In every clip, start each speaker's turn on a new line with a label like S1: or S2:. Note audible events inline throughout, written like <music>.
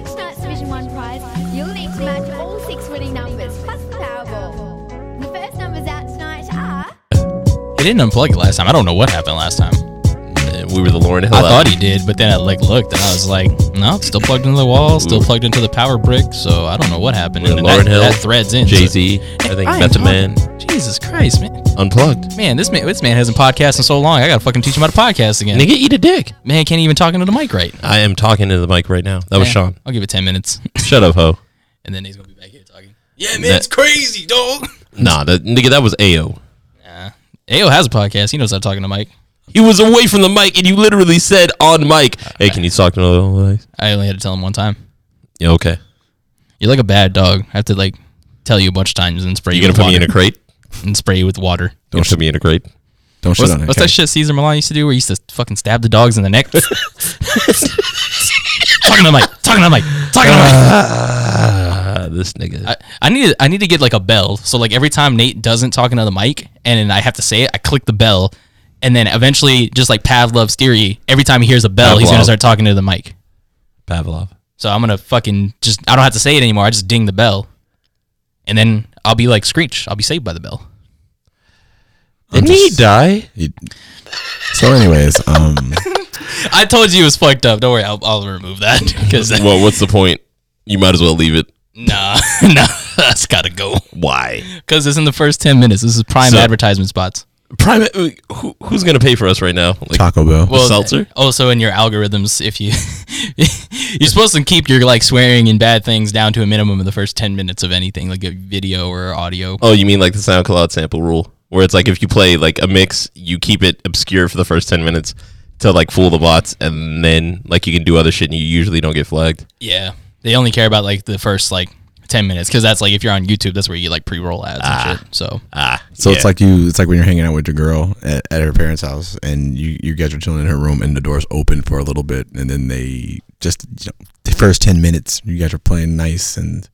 S1: Division 1 prize, you'll need to match all six winning numbers plus the Powerball. The first numbers out tonight are.
S2: He didn't unplug it last time. I don't know what happened last time.
S3: Uh, We were the Lauren Hill.
S2: I thought he did, but then I like looked and I was like, no, it's still plugged into the wall, still
S3: Mm.
S2: plugged into the power brick. So I don't know what happened.
S3: Yeah,
S2: and
S3: Lauryn
S2: that,
S3: Hill,
S2: that threads in. so-
S3: Jay Z. I think
S2: Ryan
S3: Method
S2: Hall.
S3: Man
S2: Jesus Christ, man!
S3: unplugged.
S2: Man, this man, this man hasn't podcasted in so long. I gotta fucking teach him how to podcast again.
S3: Nigga, eat a dick.
S2: Man, can't even talk into the mic right.
S3: I am talking to the mic right now. That was
S2: Man,
S3: Sean.
S2: I'll give it ten minutes, <laughs>
S3: Shut up, ho.
S2: and then he's gonna be back here talking. Yeah, man,
S3: That-
S2: it's crazy, dog.
S3: Nah, that nigga, that was Ao.
S2: Ao has a podcast. He knows how to talk into mic.
S3: He was away from the mic, and you literally said on mic, "Hey, can you talk to the mic?"
S2: I only had to tell him one time.
S3: Yeah, okay.
S2: You're like a bad dog. I have to like tell you a bunch of times and spray you,
S3: You gonna
S2: with
S3: put me
S2: water.
S3: in a crate?
S2: and spray you with water.
S3: You gonna put me in a crate?
S4: Don't shit
S2: What's,
S4: on it.
S2: what's that shit Caesar Milan used to do where he used to fucking stab the dogs in the neck? talking to the mic, talking to the mic, talking to the mic. Uh,
S3: Ah, this nigga.
S2: I, I need to, I need to get like a bell. So like every time Nate doesn't talk into the mic and then I have to say it, I click the bell, and then eventually, just like Pavlov's theory, every time he hears a bell, he's gonna
S3: Pavlov.
S2: start talking to the mic.
S3: Pavlov.
S2: So I'm gonna fucking just I don't have to say it anymore. I just ding the bell, and then I'll be like Screech. I'll be saved by the bell.
S3: Didn't he
S2: <laughs>
S3: die?
S4: You- So, anyways, um,
S2: I told you it was fucked up. Don't worry, I'll, I'll remove that <laughs> because
S3: Well, what's the point? You might as well leave it.
S2: nah, <laughs> nah, that's gotta go.
S3: Why?
S2: Because it's in the first ten minminutes. This is prime
S3: So-
S2: advertisement spots.
S3: Private. Who, who's gonna pay for us right now? Like,
S4: Taco Bell.
S2: Well, uh,
S3: seltzer?
S2: Also, in your algorithms, if you <laughs> you're supposed to keep your like swearing and bad things down to a minimum of the first ten minutes of anything, like a video or audio.
S3: Oh, you mean like the SoundCloud sample rule, where it's like if you play like a mix, you keep it obscure for the first ten minutes to like fool the bots, and then like you can do other shit, and you usually don't get flagged.
S2: Yeah, they only care about like the first like ten minutes because that's like if you're on YouTube, that's where you get like pre-roll ads and shit. So
S3: Ah,
S4: So it's like you, it's like when you're hanging out with your girl at, at her parents' house, and you you guys are chilling in her room, and the door's open for a little bit, and then they just you know, the first ten minutes you guys are playing nice, and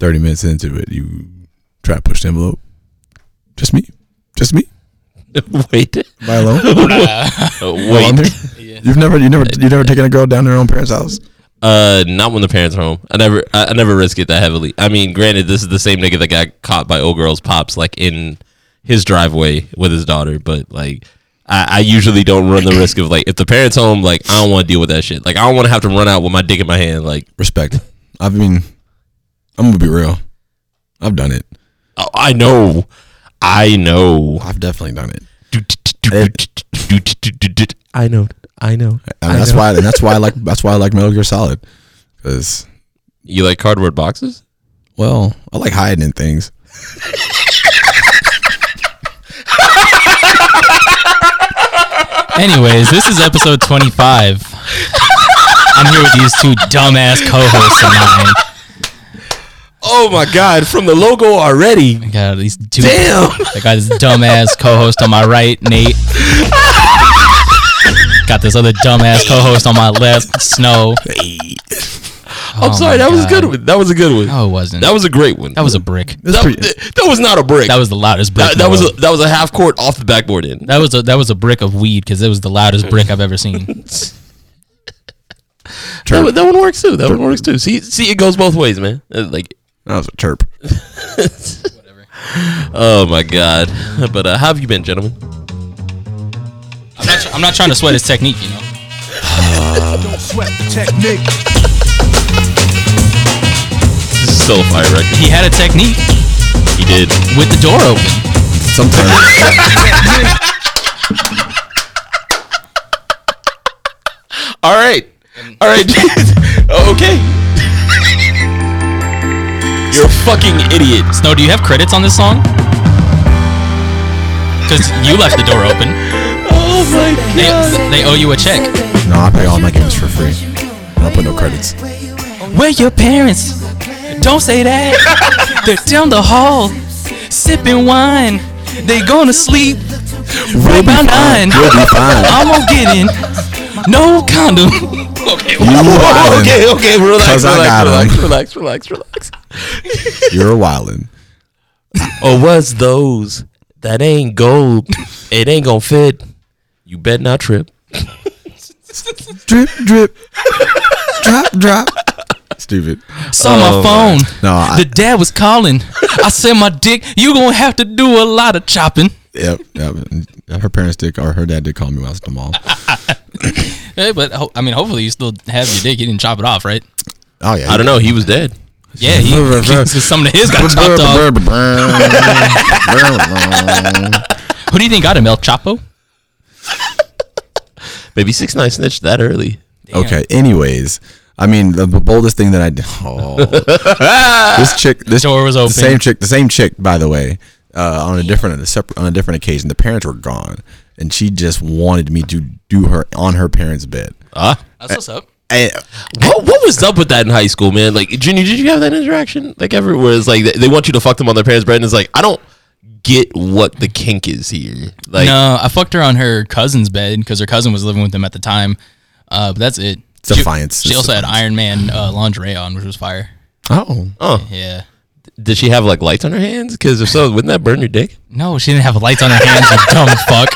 S4: thirty minutes into it you try to push the envelope. Just me, just me,
S3: <laughs> wait,
S4: by alone.
S2: <laughs>
S3: <laughs> Oh,
S4: While I'm
S3: wait.
S4: here. You've never, you never, you never taken a girl down to her own parents' house.
S3: Uh, not when the parents are home. I never, I, I never risk it that heavily. I mean, granted, this is the same nigga that got caught by old girl's pops, like in his driveway with his daughter. But like, I, I usually don't run the risk of like if the parents home, like I don't want to deal with that shit. Like I don't want to have to run out with my dick in my hand. Like
S4: Respect. I mean, I'm gonna be real. I've done it.
S3: oh, I know, I know.
S4: I've definitely done it.
S3: I know. I know.
S4: And that's why. And that's why I like. That's why I like Metal Gear Solid, because
S3: You like cardboard boxes?
S4: well, I like hiding in things.
S2: Anyways, this is episode
S3: <laughs>
S2: 25. I'm here with these two dumbass co-hosts of mine.
S3: Oh my god! From the logo already.
S2: I got these two.
S3: Damn.
S2: I got this dumbass co-host on my right, Nate. Got this other dumbass co-host on my left, Snow.
S3: I'm sorry. That was a good one. That was a good one.
S2: No, it wasn't.
S3: That was a great one.
S2: that was a brick.
S3: that, that was not a brick.
S2: That was the loudest brick.
S3: that,
S2: in
S3: that
S2: the
S3: was
S2: world.
S3: a, that was a half court off the backboard in.
S2: that was a that was a brick of weed because it was the loudest brick I've ever seen.
S3: That, one- that one works too. That one works too. See, see, it goes both ways, man. Uh, Like,
S4: That was a chirp.
S3: oh my god. But uh, how have you been, gentlemen?
S2: I'm not, tr- I'm not trying to sweat his technique, you know.
S5: Sweat the technique.
S3: This is still a fire record.
S2: He had a technique
S3: He did.
S2: with the door open.
S4: Sometimes
S3: All right. All right. <laughs> Oh, okay. You're a fucking idiot.
S2: Snow, do you have credits on this song? Because you left the door open.
S3: Oh my
S2: They, they owe you a check.
S4: no, I play all my games for free. I don't put no credits.
S2: Where your parents? Don't say
S4: <laughs>
S2: that. They're down the hall, sipping wine. They gonna sleep
S4: We'll
S2: by nine.
S4: We'll be fine.
S3: <laughs>
S2: I'm gonna get in. No condom. Okay.
S4: You
S3: Oh,
S4: wildin'.
S3: okay, okay, relax,
S4: 'Cause I
S3: relax,
S4: got
S3: relax,
S4: him.
S3: relax, relax, relax.
S4: You're wildin'.
S3: Or was those that ain't gold? It ain't gonna fit. You bet not trip.
S4: Drip, drip, drop, drop. stupid.
S2: Saw my phone.
S4: Oh, No, I-
S2: the dad was calling. I said, "My dick, you gonna have to do a lot of chopping."
S4: Yep, yep. And Her parents did, or her dad did call me when I was at the mall.
S2: Hey, but ho- I mean, hopefully you still have your dick. You didn't chop it off, right?
S4: Oh yeah,
S3: I don't know. He was dead.
S2: Yeah,
S4: <laughs>
S2: he, some of his got chopped off. <laughs> Who do you think got him, El Chapo?
S3: Maybe six nine snitched that early.
S4: Okay. Anyways, I mean the, the boldest thing that I did. <laughs> Oh.
S2: <laughs>
S4: this chick. This
S2: Door was open.
S4: The same chick. The same chick. By the way, uh, on a different, on a separate, on a different occasion, the parents were gone, and she just wanted me to do her on her parents' bed.
S3: Ah,
S2: That's what's up.
S4: And
S3: what, what was up with that in high school, man? Like, Junior, did you have that interaction? Like, everywhere it's like they, they want you to fuck them on their parents' bread, and it's like I don't get what the kink is here. Like,
S2: no, I fucked her on her cousin's bed because her cousin was living with them at the time. Uh, but that's it. She-
S4: Defiance.
S2: She,
S4: It's
S2: also had
S4: defiance.
S2: Iron Man uh, lingerie on, which was fire.
S4: oh,
S3: oh,
S2: Yeah.
S3: did she have like lights on her hands? Because if so, wouldn't that burn your dick? <laughs>
S2: No, she didn't have lights on her hands. You <laughs> dumb fuck.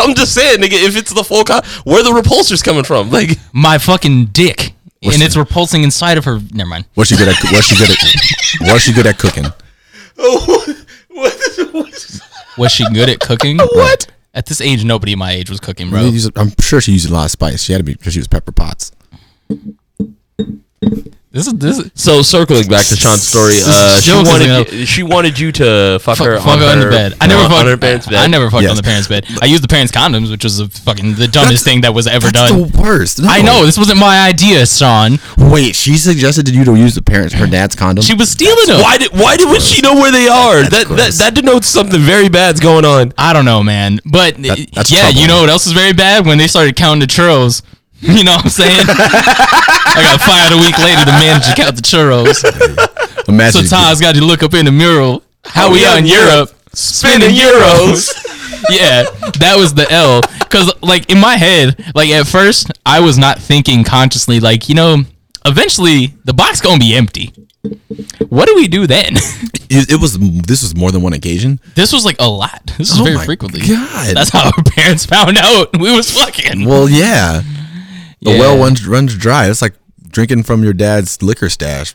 S3: I'm just saying, nigga, if it's the full, con- where the repulsors coming from? <laughs> Like,
S2: My fucking dick, and it's repulsing inside of her. Never mind.
S4: was she good at? Was she good
S2: <laughs>
S4: at? Was she good at cooking?
S2: Was she good at cooking? <laughs> what? At this age, nobody my age was cooking, bro.
S4: Use- I'm sure she used a lot of spice. She had to be because she was Pepper Potts.
S2: This is this. Is,
S3: so circling back to Sean's story, uh, she
S2: Jokes is
S3: wanted
S2: enough.
S3: you, she wanted you to fuck,
S2: fuck,
S3: her
S2: fuck
S3: on
S2: her on
S3: her
S2: the bed. I never
S3: on
S2: fucked
S3: her parents' bed.
S2: I never fucked on
S4: Yes.
S2: the parents' bed. I used the parents' condoms, which was a fucking the dumbest thing that was ever
S4: That's
S2: done.
S4: the worst. No.
S2: I know this wasn't my idea, Sean.
S4: Wait, she suggested to you to use the parents her dad's condom.
S2: She was stealing them.
S3: Why did why did would she know where they are? That that,
S4: gross.
S3: that denotes something very bad's going on.
S2: I don't know, man. But
S4: that's
S2: yeah, you
S4: trouble.
S2: know what else is very bad when they started counting the churros. <laughs> You know what I'm
S4: <laughs>
S2: saying? I got fired a week later. The manager count the churros. So
S4: Imagine
S2: Todd's got to look up in the mural. How we out in Europe? Spinning euros. <laughs> yeah, that was the L. Cause like in my head, like at first, I was not thinking consciously. Like you know, eventually the box gonna be empty. What do we do then? <laughs>
S4: it, it was this was more than one occasion.
S2: this was like a lot. This was
S4: Oh
S2: very
S4: my
S2: frequently.
S4: God.
S2: That's how our <laughs> parents found out we was fucking.
S4: <laughs> Well, yeah. The
S2: Yeah.
S4: well runs runs dry. It's like drinking from your dad's liquor stash,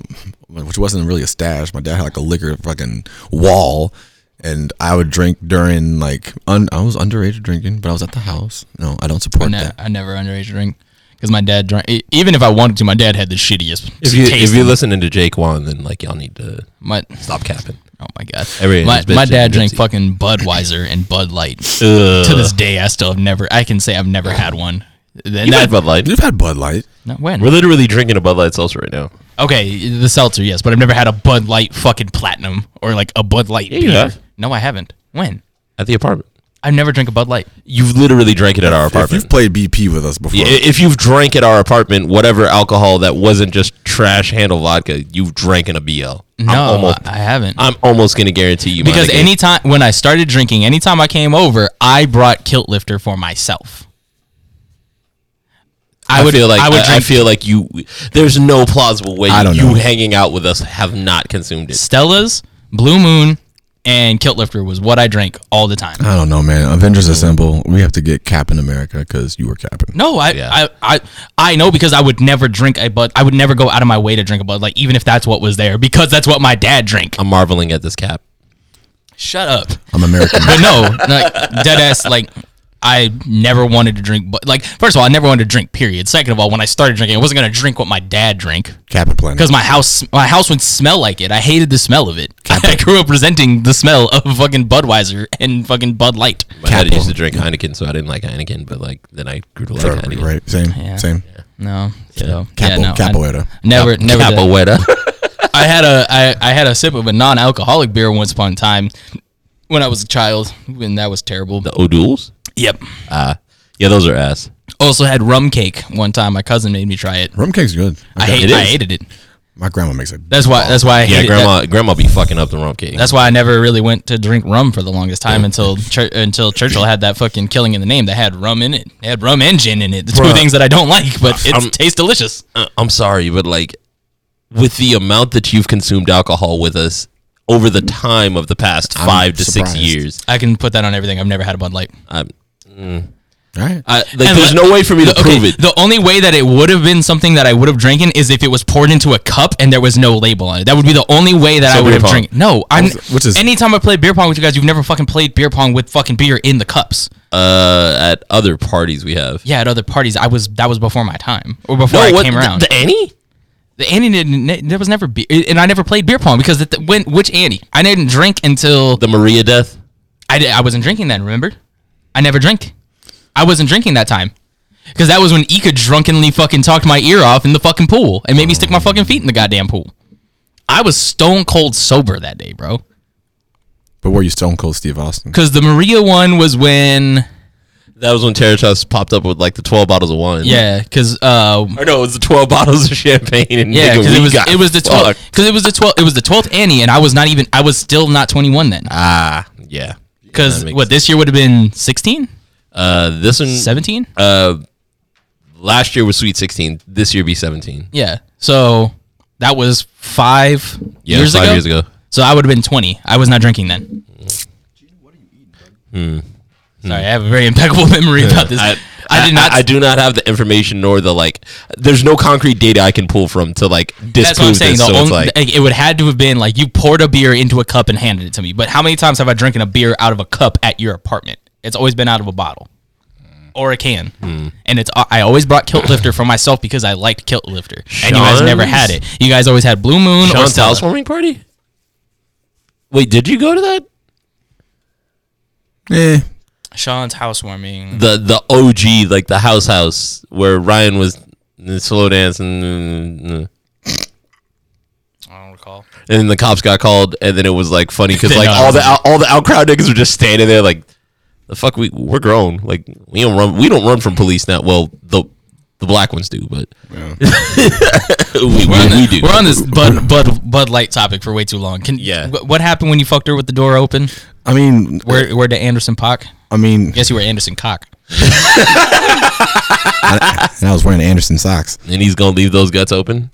S4: which wasn't really a stash. My dad had like a liquor fucking wall, and I would drink during like un- I was underage drinking, but I was at the house. No, I don't support
S2: Ne-
S4: that.
S2: I never underage drink because my dad drank. e- Even if I wanted to, my dad had the shittiest
S3: <laughs> If you
S2: taste.
S3: if you're listening to Jake Wan, then like y'all need to
S2: my,
S3: stop capping.
S2: Oh my god!
S3: Every-
S2: my
S3: it's been
S2: my dad
S3: Jameson.
S2: drank fucking Budweiser and Bud Light. To this day, I still have never. I can say I've never had one. Then
S3: You
S2: that,
S3: had Bud Light.
S4: You've had Bud Light.
S2: no, when?
S3: We're literally drinking a Bud Light seltzer right now.
S2: Okay, the seltzer, yes, but I've never had a Bud Light fucking platinum or like a Bud Light
S3: you
S2: beer.
S3: have.
S2: No, I haven't. When?
S3: At the apartment.
S2: I've never drank a Bud Light.
S3: You've literally drank it at our
S4: If
S3: apartment.
S4: you've played BP with us before,
S3: Yeah, i- if you've drank at our apartment, whatever alcohol that wasn't just trash handle vodka, you've drank in a BL.
S2: No,
S3: I'm almost,
S2: I haven't.
S3: I'm almost gonna guarantee you.
S2: because
S3: Monica,
S2: anytime when I started drinking, anytime I came over, I brought kilt lifter for myself.
S3: I, would feel like I,
S2: I would
S3: I
S2: drink
S3: feel like you. There's no plausible way
S4: I don't
S3: you
S4: know.
S3: hanging out with us have not consumed it.
S2: Stella's, Blue Moon, and kilt lifter was what I drank all the time.
S4: I don't know, man. Avengers Assemble. We have to get Captain America because you were Captain.
S2: No, I,
S3: Yeah.
S2: I, I, I know because I would never drink a Bud. I would never go out of my way to drink a Bud, like even if that's what was there, because that's what my dad drank.
S3: I'm marveling at this cap.
S2: Shut up.
S4: I'm American.
S2: But <laughs> no, like, dead ass. Like I never wanted to drink. But like, first of all, I never wanted to drink. Period. Second of all, when I started drinking, I wasn't gonna drink what my dad drank
S4: Captain Planet.
S2: because my house, my house would smell like it. I hated the smell of it. <laughs> I grew up resenting the smell of fucking Budweiser and fucking Bud Light.
S3: My dad
S4: Capel.
S3: used to drink Heineken, so I didn't like Heineken, but like then I grew to like
S4: Forever,
S3: Heineken.
S4: right? Same. Same.
S2: No, so,
S4: Capo-
S2: no, I-
S4: Capoeira.
S2: Never, never. did.
S3: Capoeira.
S2: I had a I, I had a sip of a non-alcoholic beer once upon a time when I was a child, and that was terrible.
S3: the O'Douls. Ah,
S2: Yep.
S3: Yeah, those are
S2: <laughs>
S3: ass.
S2: Also had rum cake one time. my cousin made me try it.
S4: Rum cake's good.
S2: I
S4: got-
S2: hate
S3: It
S2: I
S3: is.
S2: hated it.
S4: My grandma makes it.
S2: That's why that's why I
S3: Yeah,
S2: hated that-
S3: grandma, grandma be fucking up the rum cake.
S2: That's why I never really went to drink rum for the longest time until Chur- until Churchill had that fucking killing in the name that had rum in it. It had rum and gin in it. The two
S3: Bruh. Um,
S2: things that I don't like, but it
S3: I'm-
S2: tastes delicious.
S3: I- Uh, I'm sorry, but like with the amount that you've consumed alcohol with us over the time of the past five to six
S4: surprised.
S3: years,
S2: I can put that on everything. I've never had a Bud Light.
S3: I'm,
S4: All right.
S3: I, like,
S2: And like-
S3: there's no way for me to
S2: the-
S3: Uh, prove
S2: okay,
S3: it.
S2: The only way that it would have been something that I would have drinking is if it was poured into a cup and there was no label on it. That would be the only way that
S3: So
S2: I would
S3: beer
S2: have
S3: pong.
S2: drank. No, I'm.
S4: which is-
S2: anytime I play beer pong with you guys, you've never fucking played beer pong with fucking beer in the cups.
S3: Uh, at other parties we have.
S2: Yeah, at other parties, I was that was before my time or before
S3: No,
S2: I
S3: what-
S2: came
S3: the-
S2: around.
S3: The, Annie?
S2: The Annie didn't. ne- There was never beer, and I never played beer pong because it, when which Annie? I didn't drink until
S3: The Maria death?
S2: I did, I wasn't drinking then. Remember, I never drank. I wasn't drinking that time because that was when Ika drunkenly fucking talked my ear off in the fucking pool and made me stick my fucking feet in the goddamn pool. I was stone cold sober that day, bro.
S4: But were you Stone Cold Steve Austin?
S2: Because the Maria one was when
S3: That was when Territas popped up with like the 12 bottles of wine.
S2: yeah, because uh,
S3: Or no, it was the 12 <laughs> bottles of champagne. And
S2: Yeah,
S3: nigga,
S2: because
S3: we
S2: it was
S3: got
S2: it was the twelfth
S3: fucked.
S2: because it was the twelfth it was the twelfth Annie, and I was not even I was still not twenty one then
S3: Ah, yeah.
S2: because
S3: that makes
S2: what this year would have been 16,
S3: Uh, this one,
S2: 17?
S3: uh, last year was Sweet 16. This year be 17.
S2: yeah, so that was five
S3: Yeah,
S2: years
S3: five
S2: ago.
S3: years ago.
S2: So I would have been twenty. I was not drinking then.
S3: Hmm.
S2: Sorry, I have a very impeccable <laughs> memory about
S3: <laughs>
S2: this. I, did not.
S3: I, do not have the information nor the like. There's no concrete data I can pull from to like disprove
S2: that's what I'm saying.
S3: this.
S2: The
S3: so it's
S2: only,
S3: like
S2: like, it would had to have been like you poured a beer into a cup and handed it to me. But how many times have I drinking a beer out of a cup at your apartment? It's always been out of a bottle or a can.
S3: Hmm.
S2: And it's uh, I always brought Kilt Lifter for myself because I liked Kilt Lifter, and you guys never had it. You guys always had Blue Moon or
S3: Sean's
S2: Stella.
S3: housewarming party. Wait, did you go to that?
S4: Eh.
S2: Sean's housewarming.
S3: The the OG like the house house where Ryan was in slow dance and
S2: I don't recall.
S3: and then the cops got called and then it was like funny
S2: <laughs>
S3: because
S2: They
S3: like
S2: know.
S3: all the out, all the out crowd niggas were just standing there like the fuck we we're grown like we don't run we don't run from police now well the the black ones do but <laughs> we,
S2: We're on,
S3: we,
S2: the-
S3: we do
S2: we're on this
S4: <laughs>
S2: Bud Bud Bud Light topic for way too long. Can
S3: Yeah.
S2: wh- what happened when you fucked her with the door open?
S4: I mean,
S2: Where where to Anderson Pock?
S4: I mean,
S2: Guess you were Anderson Cock.
S4: and I was wearing Anderson socks.
S3: and he's gonna leave those guts open.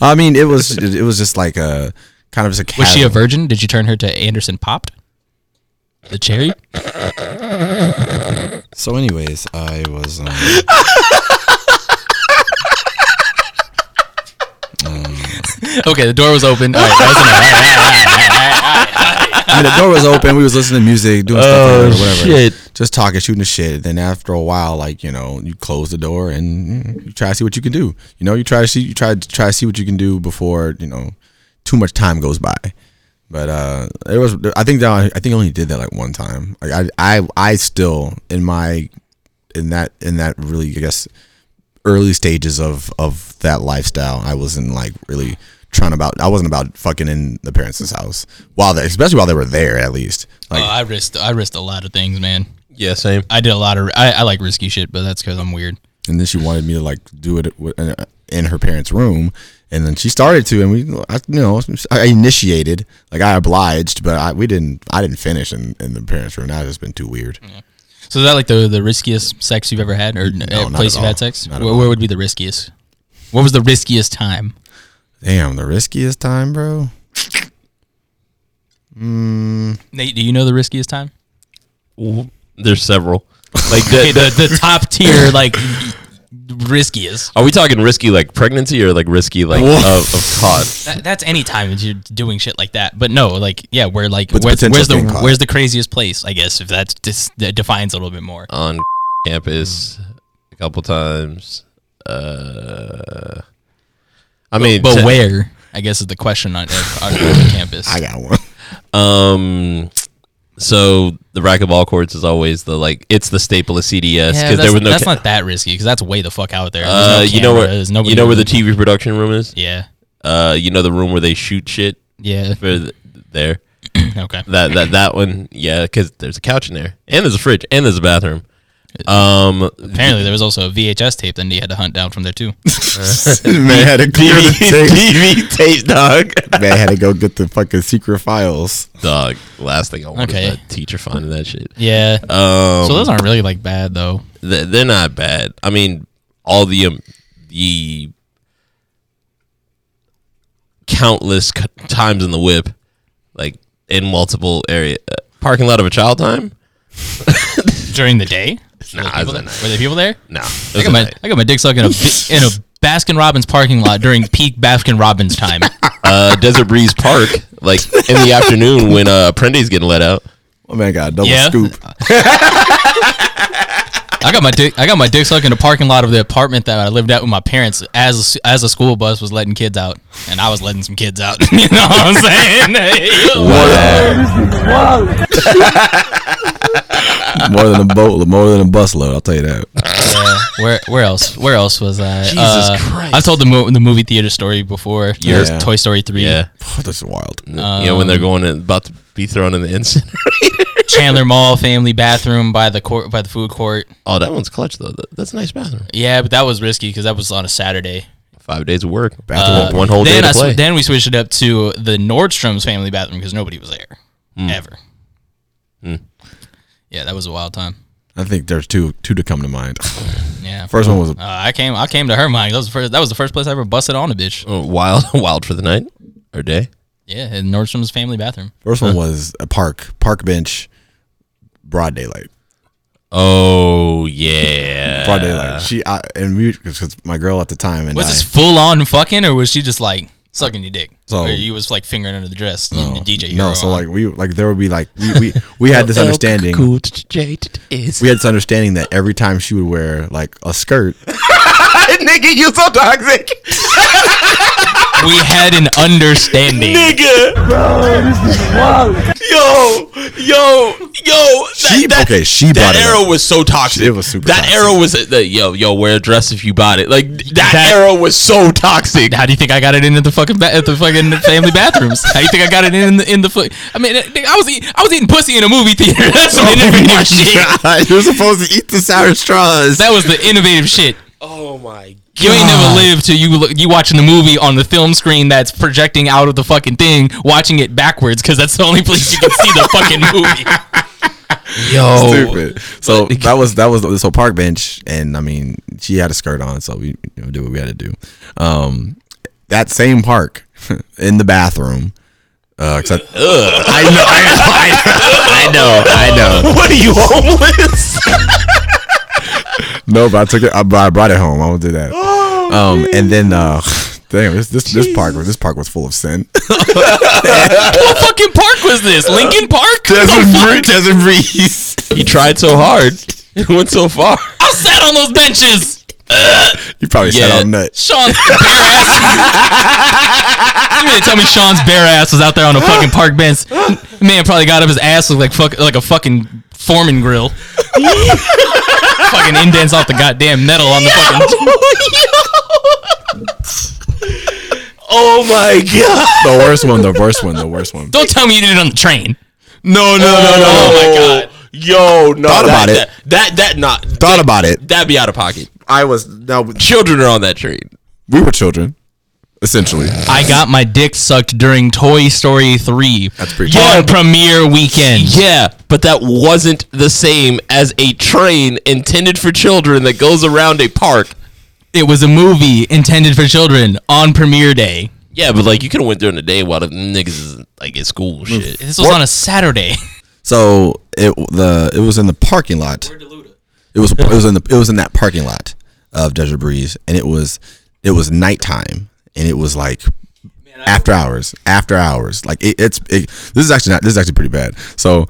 S4: I mean, it was it was just like a kind of just a.
S2: Was she a
S4: casual-
S2: virgin? Did you turn her to Anderson Popped? The
S4: <laughs>
S2: cherry?
S4: So, anyways, I was. Um,
S2: Okay, the door was open. All right, that was enough.
S4: <laughs> I mean, the door was open. We was listening to music, doing
S3: Oh,
S4: stuff, like that or whatever.
S3: shit.
S4: Just talking, shooting the shit. Then after a while, like you know, you close the door and mm, you try to see what you can do. You know, you try to see, you try to try to see what you can do before you know, too much time goes by. But uh, it was. I think that I think I only did that like one time. Like I, I, I still in my, in that in that really I guess early stages of of that lifestyle, I wasn't like really trying about. I wasn't about fucking in the parents' house while they, especially while they were there. At least,
S2: Oh,
S4: like
S2: I risked I risked a lot of things, man.
S3: Yeah, same.
S2: I did a lot of I, I like risky shit, but that's because I'm weird.
S4: and then she wanted me to like do it wi- in- in her parents' room, and then she started to, and we, I, you know, I initiated, like I obliged, but I we didn't, I didn't finish in in the parents' room. That has been too weird.
S2: So is that like the the riskiest sex you've ever had, or uh,
S4: not
S2: place
S4: at
S2: you've had
S4: all.
S2: sex?
S4: Not
S2: Where,
S4: at
S2: where would be the riskiest? What was the riskiest time?
S4: Damn, the riskiest time, bro.
S2: Nate, do you know the riskiest time?
S3: There's several.
S2: <laughs>
S3: Like the,
S2: Okay, the
S3: the- <laughs>
S2: the top tier like riskiest.
S3: are we talking risky like pregnancy or like risky like of, of caught?
S2: That, that's any time that you're doing shit like that. But no, like yeah, we're like
S4: With the
S2: where's,
S4: potential
S2: where's
S4: of
S2: the
S4: being caught.
S2: where's the craziest place? I guess if that's dis- that defines a little bit more.
S3: on campus a couple times. Uh, I mean,
S2: But
S3: t-
S2: where? I guess is the question on, on
S3: <coughs>
S2: the campus.
S4: I got one.
S3: um,
S4: <laughs>
S3: so the racquetball courts is always the like it's the staple of CDS
S2: Yeah,
S3: because
S2: that's,
S3: there was no.
S2: that's
S3: ca-
S2: not that risky because that's way the fuck out there. There's
S3: uh,
S2: no
S3: you know where
S2: cameras, nobody
S3: you know where the
S2: really-
S3: TV production room is.
S2: yeah
S3: Uh, you know the room where they shoot shit <laughs>
S2: yeah
S3: for th- there.
S2: okay
S3: That that that one, yeah, because there's a couch in there, and there's a fridge, and there's a bathroom. Um,
S2: apparently there was also a VHS tape that you had to hunt down from there
S3: <laughs>
S2: too.
S4: <laughs> Man had to clear the tape.
S3: TV tape,
S4: <laughs>
S3: dog.
S4: Man had to go get the fucking secret files.
S3: Dog. Last thing I want
S2: Okay.
S3: is that teacher finding that shit.
S2: Yeah,
S3: Um,
S2: so those aren't really like bad though.
S3: th- they're not bad. I mean, all the um, the countless c- times in the whip, like in multiple area uh, parking lot of a child time.
S2: During the day,
S3: nice. Nah, it
S2: People there-
S3: was not
S2: Were
S3: nice.
S2: there people there?
S3: Nah, it
S2: I
S3: was
S2: got, my,
S3: nice.
S2: I got my dick sucked in a, bi- in a Baskin Robbins parking lot during peak Baskin Robbins time.
S3: uh, Desert Breeze Park, like in the afternoon when uh, Aprendi's getting let out.
S4: Oh man, got a double
S2: Yeah.
S4: scoop.
S2: I got my dick. I got my dick sucked in the parking lot of the apartment that I lived at with my parents. As as a school bus was letting kids out, and I was letting some kids out. <laughs> you know what I'm saying? <laughs>
S4: More than a boatload, more than a busload. I'll tell you that. <laughs>
S2: Uh, where where else? Where else was I? Jesus
S3: Christ.
S2: I told the mo- the movie theater story before. Your
S4: Yeah.
S2: Toy Story three.
S3: Yeah,
S4: That's wild.
S3: you know when they're going and about to be thrown in the incinerator.
S2: Chandler Mall family bathroom by the court by the food court.
S3: <laughs> Oh, that one's clutch though. That- That's a nice bathroom.
S2: Yeah, but that was risky because that was on a Saturday.
S3: Five days of work,
S4: Bathroom.
S3: one, one whole
S2: Uh,
S3: day
S2: then
S3: to
S2: I sw-
S3: play.
S2: then we switched it up to the Nordstrom's family bathroom because nobody was there
S3: Hmm.
S2: ever. Yeah, that was a wild time.
S4: I think there's two two to come to mind.
S2: Yeah.
S4: First one was
S2: Uh, I came. I came to her mind. That was the first. That was the first place I ever busted on a bitch.
S3: Oh, wild, <laughs> wild for the night or day.
S2: Yeah, in Nordstrom's family bathroom.
S4: first one was a park park bench, broad daylight. <laughs>
S3: Oh yeah.
S4: Broad daylight. She I, and we because my girl at the time and
S2: Was
S4: I,
S2: this full on fucking, or was she just like sucking your dick?
S4: So-
S2: or you was like fingering under the dress. No,
S4: No,
S2: DJ.
S4: No,
S2: hero
S4: so
S2: on.
S4: like we like there would be like we we, we had <laughs> this understanding. We had this understanding that every time she would wear like a skirt,
S3: Nigga, you so toxic.
S2: we had
S4: <laughs>
S2: an understanding.
S3: Nigga. Yo, yo, yo. That,
S4: she
S3: that,
S4: okay she brought
S3: that
S4: it.
S3: arrow
S4: up.
S3: was so toxic.
S4: It was super
S3: That
S4: toxic.
S3: arrow was a, the, yo, yo, wear a dress if you bought it. Like that,
S2: That-
S3: arrow was so toxic.
S2: How do you think I got it into the fucking ba- at the fucking family bathrooms? How do you think I got it in the in the foot? I mean, nigga, I was eat- I was eating pussy in a movie theater. <laughs> That's
S4: Oh
S2: some innovative shit.
S4: <laughs> You're supposed to eat the sour straws.
S2: That was the innovative shit.
S3: Oh my god.
S2: You ain't never lived till you look- you watching the movie on the film screen that's projecting out of the fucking thing, watching it backwards because that's the only place you can see the
S4: <laughs>
S2: fucking movie.
S3: Yo.
S4: stupid. So that was that was this whole park bench, and I mean, she had a skirt on, so we you know, did what we had to do. Um, that same park <laughs> in the bathroom. Uh,
S3: <laughs>
S4: 'cause I, I know, I know, I know, I know.
S3: What are you
S4: <laughs>
S3: homeless?
S4: No, but I took it. I, but I brought it home. I won't do that.
S3: Oh,
S4: um, and then, uh, <laughs> damn, this this, this park was this park was full of sin.
S2: what fucking park was this? Lincoln Park?
S4: Uh, Desert Breeze. Desert Breeze.
S3: he tried so hard. <laughs> It went so far.
S2: I sat on those benches.
S4: <laughs> You probably said
S3: Yeah.
S4: I'm
S3: <laughs>
S4: nuts.
S2: Sean's bare ass. <laughs> you mean to tell me Sean's bare ass was out there on a fucking park bench? Man probably got up his ass looked like fuck, like a fucking foreman grill. <laughs> fucking indents off the goddamn metal on the
S4: <laughs>
S2: fucking.
S3: Oh my god.
S4: The worst one. The worst one. The worst one.
S2: Don't tell me you did it on the train.
S4: No, no, no,
S3: Oh my god. Yo, no.
S4: Thought
S3: that,
S4: about
S3: that,
S4: it.
S3: That that not
S4: Thought about it.
S3: that'd be out of pocket.
S4: I was now
S3: Children are on that train.
S4: we were children, essentially.
S2: I got my dick sucked during Toy Story 3 That's
S4: pretty
S2: on
S3: cool.
S2: premiere weekend.
S3: Yeah, but that wasn't the same as a train intended for children that goes around a park.
S2: It was a movie intended for children on premiere day.
S3: Yeah, but like you could have went during the day while the niggas is like at school and shit.
S4: Mm.
S2: This was on a Saturday.
S4: So it the it was in the parking lot. It was it was in the it was in that parking lot of Desert Breeze, and it was it was nighttime, and it was like after hours, after hours. Like it, it's it, this is actually not this is actually pretty bad. So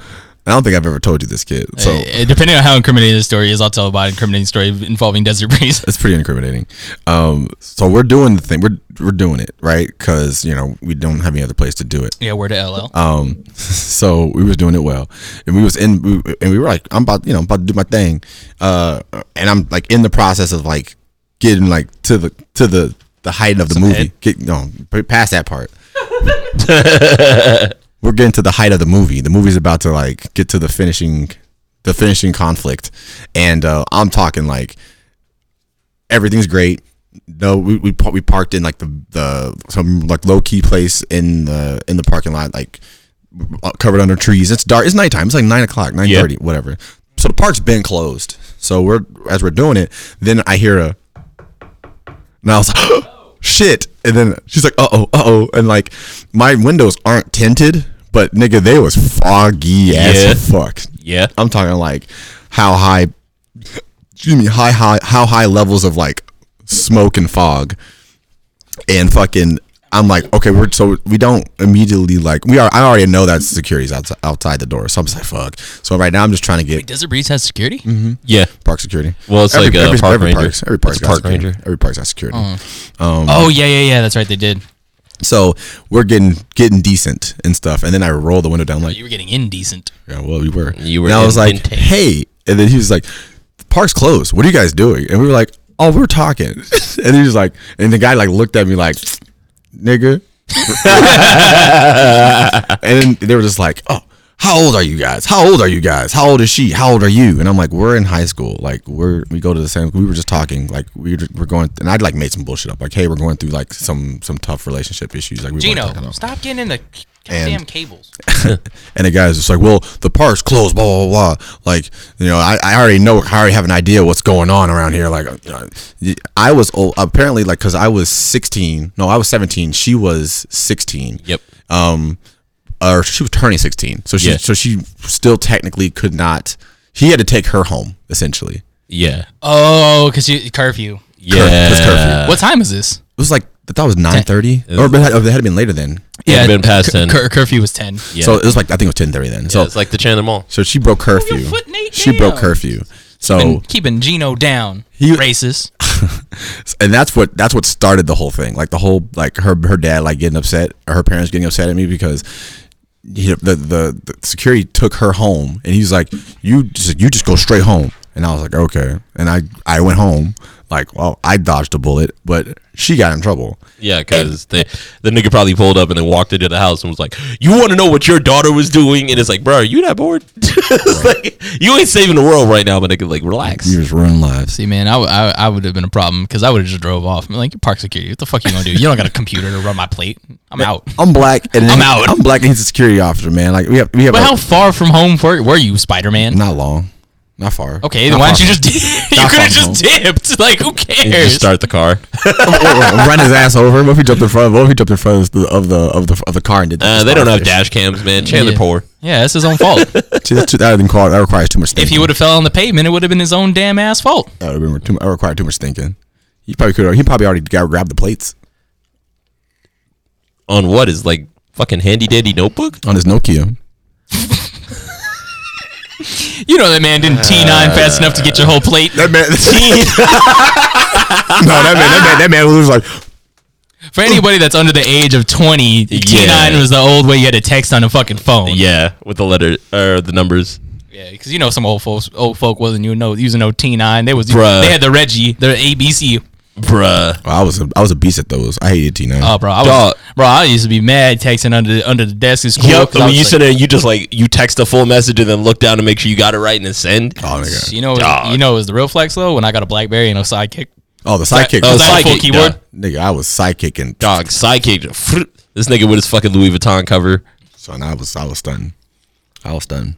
S4: I don't think I've ever told you this kid. So
S2: Uh, <laughs> depending on how incriminating the story is, I'll tell about an incriminating story involving Desert Breeze.
S4: it's pretty incriminating. Um, so we're doing the thing. We're we're doing it right because you know we don't have any other place to do it.
S2: Yeah, where to LL?
S4: Um, so we was doing it well, and we was in, we, and we were like, I'm about, you know, I'm about to do my thing, uh, and I'm like in the process of like getting like to the to the the height of the movie, get no p- past that part. <laughs> we're getting to the height of the movie. The movie's about to like get to the finishing, the finishing conflict, and uh, I'm talking like everything's great. No, we we, par- we parked in like the the some like low key place in the in the parking lot, like uh, covered under trees. It's dark. It's nighttime. It's like nine o'clock, nine thirty, whatever. So the park's been closed. So we're as we're doing it, then I hear a, and I was like, <gasps> shit. And then she's like, uh oh, uh oh, and like my windows aren't tinted, but nigga, they was foggy
S3: Yeah.
S4: as fuck.
S3: Yeah.
S4: I'm talking like how high excuse me, high high how high levels of like smoke and fog, and fucking. I'm like, okay, we're so we don't immediately like we are. I already know that security's outside outside the door, so I'm just like, fuck. So right now, I'm just trying to get
S2: Desert Breeze has security?
S3: Yeah.
S4: park security.
S3: Well, it's like a park ranger.
S4: Parks, every park's
S3: It's a
S4: got
S3: park
S4: security.
S3: ranger.
S4: Every park's got security.
S2: Oh yeah, yeah, yeah. That's right. They did.
S4: So we're getting getting decent and stuff, and then I roll the window down like,
S2: You were getting indecent.
S4: yeah, well, we were.
S3: You were
S4: And I was
S3: in-
S4: like,
S3: in-
S4: hey, and then he was like, the park's closed. What are you guys doing? And we were like, oh, we're talking. <laughs> and he was like, and the guy like looked at me like, nigga. <laughs> and then they were just like, oh. How old are you guys? How old are you guys? How old is she? How old are you? And I'm like, we're in high school. Like, we're we go to the same. We were just talking. Like, we were- we're going, and I'd like made some bullshit up. Like, hey, we're going through like some some tough relationship issues. Like, we weren't talking
S2: Gino,
S4: about-
S2: stop getting in the
S4: And-
S2: goddamn cables.
S4: and the guy's just like, well, the park's closed, blah, blah, blah. Like, you know, I, I already know, I already have an idea what's going on around here. Like, uh, I was old, apparently, like, because I was 16. No, I was 17. She was 16.
S3: Yep.
S4: Um, or she was turning 16. So she,
S3: Yeah.
S4: so she still technically could not, he had to take her home, essentially.
S3: Yeah.
S2: Oh, cause you curfew.
S3: Yeah.
S4: it's curfew.
S2: Uh, what time is this?
S4: It was like, I thought it was 9.30. Or, but it had- it had been later then.
S3: Yeah, been past
S2: cur-
S3: 10.
S2: cur- curfew was ten.
S3: Yeah.
S4: So it was like, I think it was 10.30 then.
S3: Yeah,
S4: so,
S3: it's like the Chandler Mall.
S4: so she broke curfew.
S2: foot, Nate,
S4: she broke
S2: down.
S4: curfew. So
S3: Oh.
S2: Been keeping Gino down.
S4: He-
S2: racist.
S4: and that's what that's what started the whole thing. Like the whole like her her dad like getting upset, or her parents getting upset at me because you know, the, the the security took her home, and he's like, "You just you just go straight home." And I was like, "Okay." And I I went home. Like, well, I dodged a bullet, but she got in trouble.
S3: Yeah, because the the nigga probably pulled up and then walked into the house and was like, "You want to know what your daughter was doing?" And it's like, "Bro, are you that bored? <laughs> It's like, you ain't saving the world right now, but nigga, like, relax."
S4: You just ruined lives.
S2: See, man, I would have been a problem because I would have just drove off. I'm like, "You park security. What the fuck you gonna do? You don't got a computer to run my plate. I'm out.
S4: I'm black, and
S2: I'm out.
S4: I'm black, and he's a security officer, man. Like we have we have
S2: But
S4: a-
S2: how far from home for, were you, Spider Man?
S4: not long, not far.
S2: Okay,
S4: Not
S2: then why
S4: far
S2: don't you
S4: from-
S2: just <laughs> you
S4: Not
S2: could have
S4: far from
S2: just dipped? <laughs> Like, who
S3: And you
S2: cares?
S3: just start the
S4: <laughs>
S3: car.
S4: <laughs> run his ass over? What if he jumped in front? What if he jumped in front of the of the of the, of the car and did?
S3: Uh,
S4: that?
S3: they don't have dash cams, man. Chandler
S2: Yeah.
S3: poor.
S2: Yeah, that's his own fault.
S4: See, that's too, that, would require, that requires too much thinking.
S2: if he would have fell on the pavement, it would have been his own damn ass fault.
S4: that would have too, that required too much thinking. He probably could. He probably already got, grabbed the plates
S3: On what is like fucking handy dandy notebook?
S4: on his Nokia.
S2: You know that man
S3: Uh,
S2: didn't T nine fast enough to get your whole plate.
S4: That man. <laughs> no, that man. That man. That man was like,
S2: For anybody that's under the age of twenty, T nine was the old way you had to text on a fucking phone.
S3: Yeah, with the letter or the numbers.
S2: Yeah, because you know some old folks, old folk wasn't you know using no T nine. They was
S3: Bruh.
S2: they had the Reggie, the ABC.
S3: Bruh.
S4: "Oh, I was. A, I was a beast at those. I hated T nine.
S2: Oh, bro, I was,
S3: Dog.
S2: bro, I used to be mad texting under the, under the desk in school.
S3: Yep.
S2: 'cause I
S3: When
S2: was
S3: you
S2: like,
S3: sit there, you just like you text a full message and then look down to make sure you got it right and then send.
S4: oh my god.
S2: you know, you know, it was the real flex though. When I got a BlackBerry and a Sidekick,
S4: Oh, the sidekick.
S3: Oh,
S4: was
S2: I had a full
S3: Sidekick,
S2: keyboard.
S3: duh.
S4: nigga, I was sidekick and
S3: Dog sidekick. This nigga with his fucking Louis Vuitton cover.
S4: son. I was. I was stunned. I was stunned.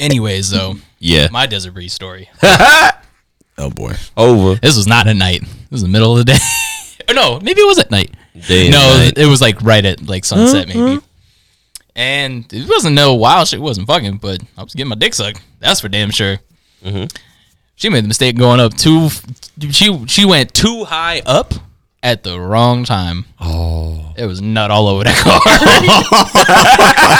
S2: Anyways, though,
S3: Yeah.
S2: my Desert Breeze story.
S4: Oh boy.
S3: Over.
S2: This was not at night. This was the middle of the day. <laughs> Or no, maybe it was at night.
S3: Day and
S2: no,
S3: night.
S2: it was like right at like sunset maybe. And it wasn't no wild shit. It wasn't fucking, but I was getting my dick sucked. That's for damn sure. She made the mistake of going up too. She she went too high up at the wrong time. Oh, it was nut all over that <laughs> car.
S4: <laughs>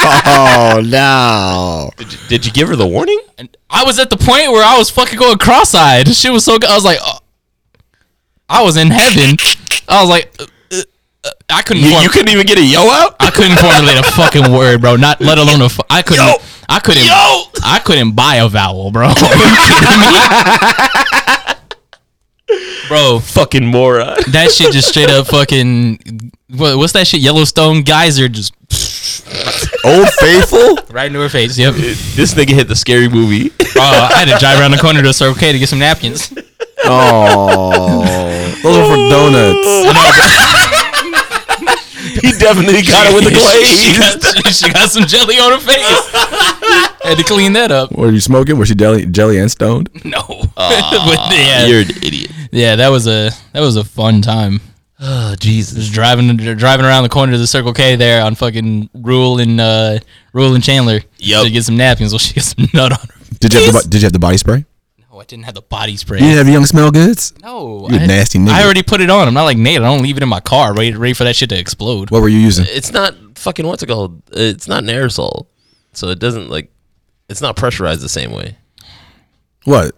S4: Oh no.
S3: Did you give her the warning?
S2: And I was at the point where I was fucking going cross-eyed. She was so good. I was like, oh. I was in heaven. I was like, uh, uh, uh, I couldn't.
S3: You,
S2: form-
S3: you couldn't even get a yo out?
S2: I couldn't formulate a fucking word, bro. Not
S3: <laughs>
S2: let alone a. Fu- I couldn't.
S3: Yo!
S2: I couldn't.
S3: Yo!
S2: I couldn't buy a vowel, bro. <laughs> Are you kidding me? bro,
S3: Fucking moron.
S2: that shit just straight up fucking. What, what's that shit? Yellowstone geyser just
S4: Old Faithful.
S2: right into her face. Yep.
S3: this nigga hit the scary <laughs> movie.
S2: Uh, I had to drive around the corner to a Circle K to get some napkins.
S4: Oh, those are for donuts.
S3: he definitely got it with the
S2: she,
S3: glaze.
S2: got, she got some jelly on her face. had to clean that up.
S4: Were you smoking? Was she jelly, jelly and stoned?
S2: No. <laughs> But yeah,
S3: You're an idiot.
S2: yeah, that was a that was a fun time.
S3: Oh, Jesus.
S2: Just driving driving around the corner to the Circle K there on fucking Rule and uh, Rule and Chandler.
S3: Yup.
S2: To get some <laughs> napkins while she gets some nut on her.
S4: Did you have
S2: Yes.
S4: the, bo- did you have the body spray?
S2: Oh, I didn't have the body spray.
S4: You didn't have Young Smell Goods?
S2: No,
S4: You a
S2: I-
S4: nasty nigga.
S2: I already put it on. I'm not like Nate. I don't leave it in my car, ready, ready for that shit to explode.
S4: What were you using?
S3: It's not fucking what's it called? It's not an aerosol, so it doesn't like. It's not pressurized the same way.
S4: What?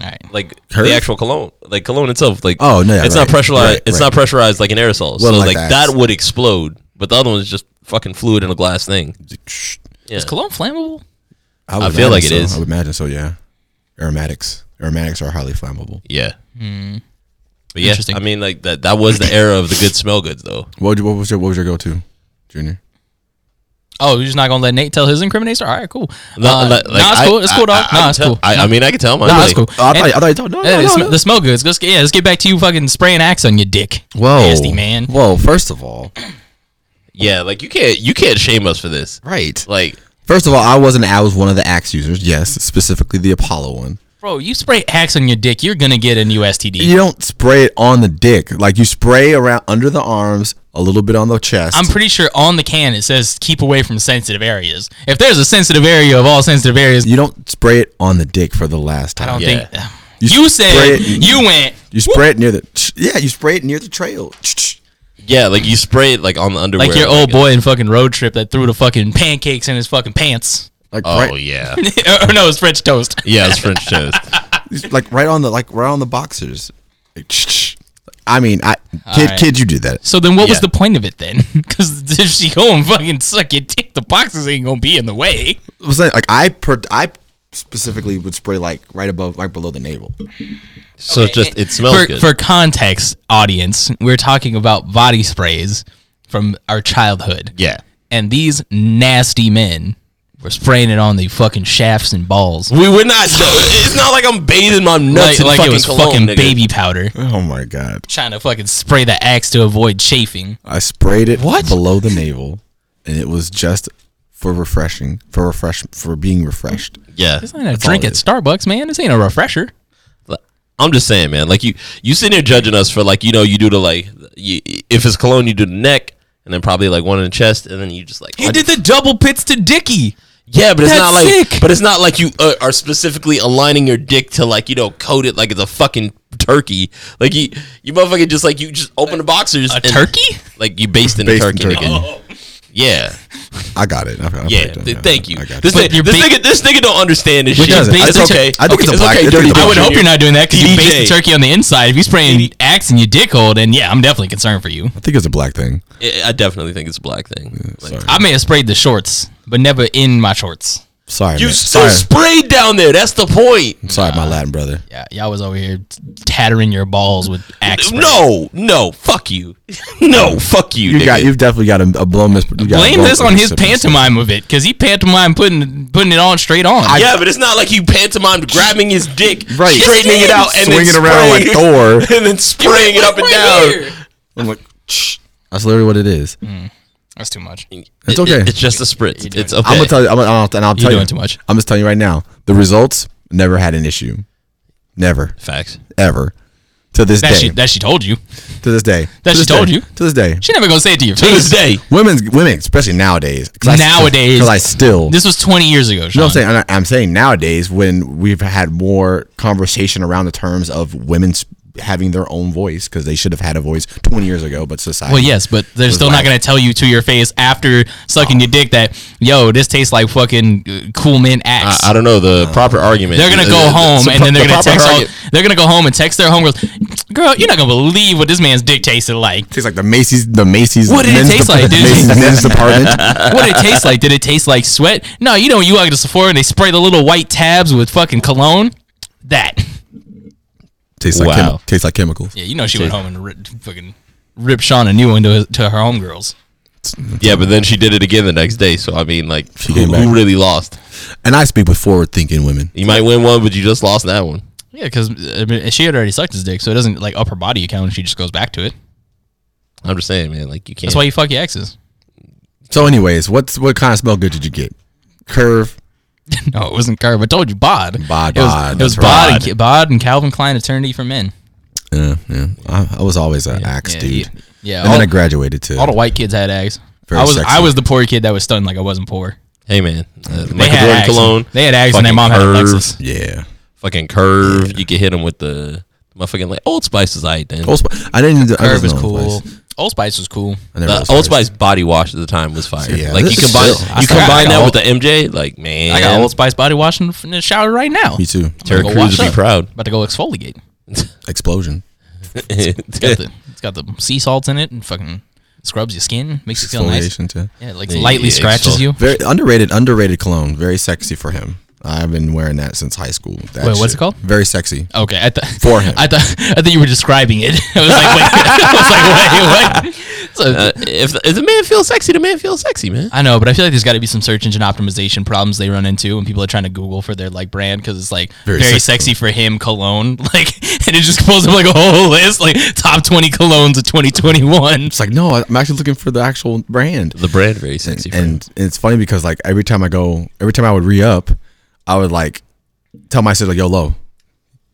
S2: All right.
S3: Like
S4: Curve?
S3: the actual cologne, like cologne itself, like
S4: Oh, no, yeah,
S3: it's
S4: right,
S3: not pressurized.
S4: right,
S3: it's
S4: right.
S3: not pressurized like an aerosol. so
S4: Well,
S3: like
S4: like that.
S3: that would explode, but the other one is just fucking fluid in a glass thing. Yeah.
S2: Is cologne flammable?
S4: would
S3: I feel
S4: imagine
S3: like it
S4: so.
S3: is.
S4: I would imagine so. Yeah. Aromatics. Aromatics are highly flammable.
S3: Yeah. But yeah,
S2: Hmm. Interesting.
S3: I mean, like that. That was the era of the good smell goods, though.
S4: What, would you- what was your What was your go to, Junior?
S2: Oh, you're just not gonna let Nate tell his incriminating story? All right, cool.
S3: No,
S2: uh, <laughs>
S3: like-
S2: nah, it's
S3: I-
S2: cool. It's cool, dog.
S3: I- I
S2: nah,
S3: can
S2: it's
S3: tell-
S2: cool.
S3: I, I mean, I can tell. Mine,
S2: Nah,
S3: really.
S2: it's cool.
S4: Oh, I thought,
S2: And-
S4: you- I thought you talked. No,
S2: Yeah,
S4: no,
S2: the,
S4: no,
S2: sm-
S4: no.
S2: the smell goods. Let's get, yeah, let's get back to you fucking spraying axe on your dick.
S4: Whoa,
S2: Nasty man.
S4: Whoa, first of all,
S3: Yeah, like you can't you can't shame us for this.
S4: right.
S3: Like
S4: First of all, I wasn't. I was one of the axe users. Yes, specifically the Apollo one.
S2: Bro, you spray axe on your dick, you're gonna get a new STD.
S4: You don't spray it on the dick. Like you spray around under the arms, a little bit on the chest.
S2: I'm pretty sure on the can it says keep away from sensitive areas. If there's a sensitive area of all sensitive areas,
S4: you don't spray it on the dick for the last time.
S2: I don't
S3: Yeah.
S2: think
S4: You
S2: you,
S4: spray
S2: said
S4: it-
S2: you went.
S4: You spray it near the. Yeah, you spray it near the trail.
S3: yeah, like you spray it like on the underwear.
S2: Like your old boy in fucking road trip that threw the fucking pancakes in his fucking pants. <laughs>
S4: Like
S3: Oh
S4: right,
S3: yeah,
S2: or no, it's French toast.
S3: yeah, it's French <laughs> toast.
S4: like right on the like right on the boxers. Like, I mean, I kid,
S2: right.
S4: kid, you do that.
S2: So then, what was the
S3: Yeah.
S2: point of it then? <laughs> Because if she go and fucking suck your dick, the boxes ain't gonna be in the way.
S4: I'm saying, like I per, I specifically would spray like right above, like below the navel.
S3: So it's just it smells
S2: For,
S3: good.
S2: for context, audience, we're talking about body sprays from our childhood.
S3: yeah,
S2: and these nasty men were spraying it on the fucking shafts and balls.
S3: we were not. no, It's not like I'm bathing my
S2: Like,
S3: nuts in
S2: like
S3: fucking
S2: it was
S3: cologne,
S2: fucking
S3: nigga.
S2: baby powder.
S4: Oh my god.
S2: Trying to fucking spray the axe to avoid chafing.
S4: I sprayed it below the navel, and it was just for refreshing, for refresh, for being refreshed.
S3: Yeah,
S2: This ain't a drink
S4: all
S2: at
S4: it is.
S2: Starbucks, man. This ain't a refresher.
S3: I'm just saying, man. Like you, you sitting there judging us for like you know you do the like you, if it's cologne you do the neck and then probably like one in the chest and then you just like
S2: You did the double pits to Dicky.
S3: yeah, but it's
S2: That's
S3: not like
S2: sick.
S3: but it's not like you uh, are specifically aligning your dick to like you know coat it like it's a fucking turkey. Like you you motherfucking just like you just open the boxers
S2: A
S3: and-
S2: turkey?
S3: like you based in a
S4: Based in
S3: turkey. nigga.
S4: turkey.
S3: Yeah,
S4: I got it. I, I
S3: yeah.
S4: picked it.
S3: th-
S4: Yeah,
S3: thank you.
S4: I got
S3: This,
S4: it.
S2: But
S3: nigga,
S2: you're
S3: this
S2: ba-
S3: nigga, this nigga don't understand this
S2: Which
S3: shit.
S2: is based
S3: It's
S2: in
S3: okay.
S4: tur- I think it's a
S3: okay,
S4: black- I think
S3: dirty
S4: it's a
S2: I
S3: Dozen
S2: would hope
S3: Junior.
S2: you're not doing that because you
S3: DJ.
S2: based the turkey on the inside. If you spraying axe in your dick hole, then yeah, I'm definitely concerned for you.
S4: I think it's a black thing.
S3: I I definitely think it's a black thing. Like,
S4: Sorry,
S2: I may have sprayed the shorts, but never in my shorts.
S4: sorry,
S3: You
S4: man.
S3: still
S4: sorry,
S3: sprayed down there. That's the point.
S4: sorry, my Latin brother.
S2: Yeah, y'all was over here tattering your balls with axe. spray.
S3: No, no, fuck you. <laughs> No, fuck you.
S4: You got,
S3: nigga.
S4: you've definitely got a, a blown mis. you got a
S2: blame
S4: blown
S2: this on his
S4: misconception.
S2: pantomime of it because he pantomime putting putting it on straight on.
S3: yeah, but it's not like you pantomimed grabbing his dick,
S4: Right.
S3: straightening it out, and
S4: Swing
S3: then
S4: it around like
S3: spraying-
S2: <laughs>
S3: <laughs>
S4: Thor.
S3: and then spraying it up and down.
S4: I'm like, Shh. that's literally what it is.
S2: Mm. that's too much.
S4: It's
S3: It-
S4: okay.
S3: it's just a spritz. It's okay.
S4: I'm gonna tell you. I'm gonna, I'll, and I'll tell you.
S2: doing too much.
S4: I'm just telling you right now. The results never had an issue. Never,
S3: Facts.
S4: ever, to this
S2: That
S4: day.
S2: she that she told you.
S4: to this day.
S2: That
S4: To
S2: she
S4: this
S2: told
S4: day.
S2: you?
S4: To this day.
S2: She never gonna say it to your
S3: To this
S2: face.
S3: day,
S4: Women's women, especially nowadays.
S2: Nowadays.
S4: because I still.
S2: This was 20 years ago.
S4: you know what I'm
S2: Sean.
S4: saying? I'm, I'm saying nowadays when we've had more conversation around the terms of women sp- having their own voice because they should have had a voice 20 years ago, but society.
S2: Well, yes, but they're still not
S4: like-
S2: gonna tell you to your face after sucking your dick that yo, this tastes like fucking uh, cool mint axe.
S3: I, I don't know the proper argument.
S2: they're gonna
S3: Uh,
S2: go
S3: uh,
S2: home
S3: so
S2: and then
S3: pro-
S2: they're
S3: the
S2: gonna
S3: proper
S2: text. All,
S3: argu-
S2: they're gonna go home and text their homegirls. Girl, you're not gonna believe what this man's dick tasted like.
S4: Tastes like the Macy's, the Macy's.
S2: What did it
S4: men's
S2: taste like, dude?
S4: Macy's men's department. <laughs>
S2: what did it taste like? Did it taste like sweat? No, you know, you walk into Sephora and they spray the little white tabs with fucking cologne. That.
S4: Tastes like
S3: Wow.
S4: chemi- tastes like chemicals.
S2: Yeah, you know she went home and rip, fucking ripped Sean a new one to, to her homegirls.
S3: Yeah, but then she did it again the next day. So I mean, like, who,
S4: came back.
S3: who really lost?
S4: And I speak with forward-thinking women.
S3: You might win one, but you just lost that one.
S2: Yeah, because I mean, she had already sucked his dick, so it doesn't like upper body account. She just goes back to it.
S3: I'm just saying, man. Like you can't.
S2: That's why you fuck your exes. <laughs>
S4: So, anyways, what's what kind of smell good did you get? Curve.
S2: No, it wasn't Curve. I told you, Bod.
S4: Bod,
S2: It was,
S4: Bod,
S2: it was
S4: that's right.
S2: Bod, and, Bod and Calvin Klein Eternity for Men.
S4: Yeah, yeah. I, I was always an axe
S2: Yeah,
S4: dude.
S2: Yeah, yeah,
S4: and
S2: all,
S4: then I graduated to
S2: all the white kids had eggs.
S4: Very
S2: I was
S4: sexy.
S2: I was the poor kid that was stunned like I wasn't poor.
S3: Hey man, uh,
S2: They
S3: Michael
S2: had
S3: Jordan
S2: Axe.
S3: cologne.
S2: They had eggs and their
S3: Fucking
S2: mom had a
S3: Curve.
S2: Lexus.
S4: Yeah.
S3: fucking curve. You can hit them with the motherfucking like Old Spice is alright then.
S4: Old Spice. I didn't. I
S2: Curve
S4: wasn't
S2: is
S4: on Old
S2: cool.
S4: Spice.
S2: Old Spice was cool.
S4: I never
S3: The
S4: was
S3: Old
S4: Spice.
S3: Spice body wash at the time was fire.
S4: Yeah,
S3: like you
S4: this is
S3: combine
S4: still-
S2: I
S3: you
S2: still
S3: combine
S2: got
S3: that
S2: all-
S3: with the MJ, like man,
S2: I got Old Spice body wash in in the shower right now.
S4: Me too.
S3: Terry
S2: Go wash
S3: Crews would be
S2: up. <laughs>
S3: proud. <laughs>
S2: About to go exfoliate.
S4: Explosion.
S3: it's
S2: Got the, it's got the sea salts in it and fucking scrubs your skin, makes you feel nice.
S4: Exfoliation too.
S2: Yeah, it, like
S3: Yeah,
S2: lightly
S3: yeah,
S2: scratches
S3: exfol-
S2: you.
S4: Very underrated. Underrated cologne. Very sexy for him. I've been wearing that since high school. That
S2: Wait, what's it
S4: shit.
S2: called?
S4: Very sexy.
S2: Okay, I thought
S4: For him.
S2: I thought I thought you were describing it. <laughs> I was like, wait, I was like, wait, what? So,
S3: Uh, if, if the man feels sexy, the man feels sexy, man.
S2: I know, but I feel like there's got to be some search engine optimization problems they run into when people are trying to Google for their like brand because it's like
S4: Very
S2: very,
S4: sexy.
S2: sexy for him cologne, <laughs> like, and it just pulls up like a whole list like top 20 colognes of 2021.
S4: It's like no, I- I'm actually looking for the actual brand.
S3: The brand very sexy. for him.
S4: and it's funny because like every time I go, every time I would re up, I would like tell my sister like, "Yo, low,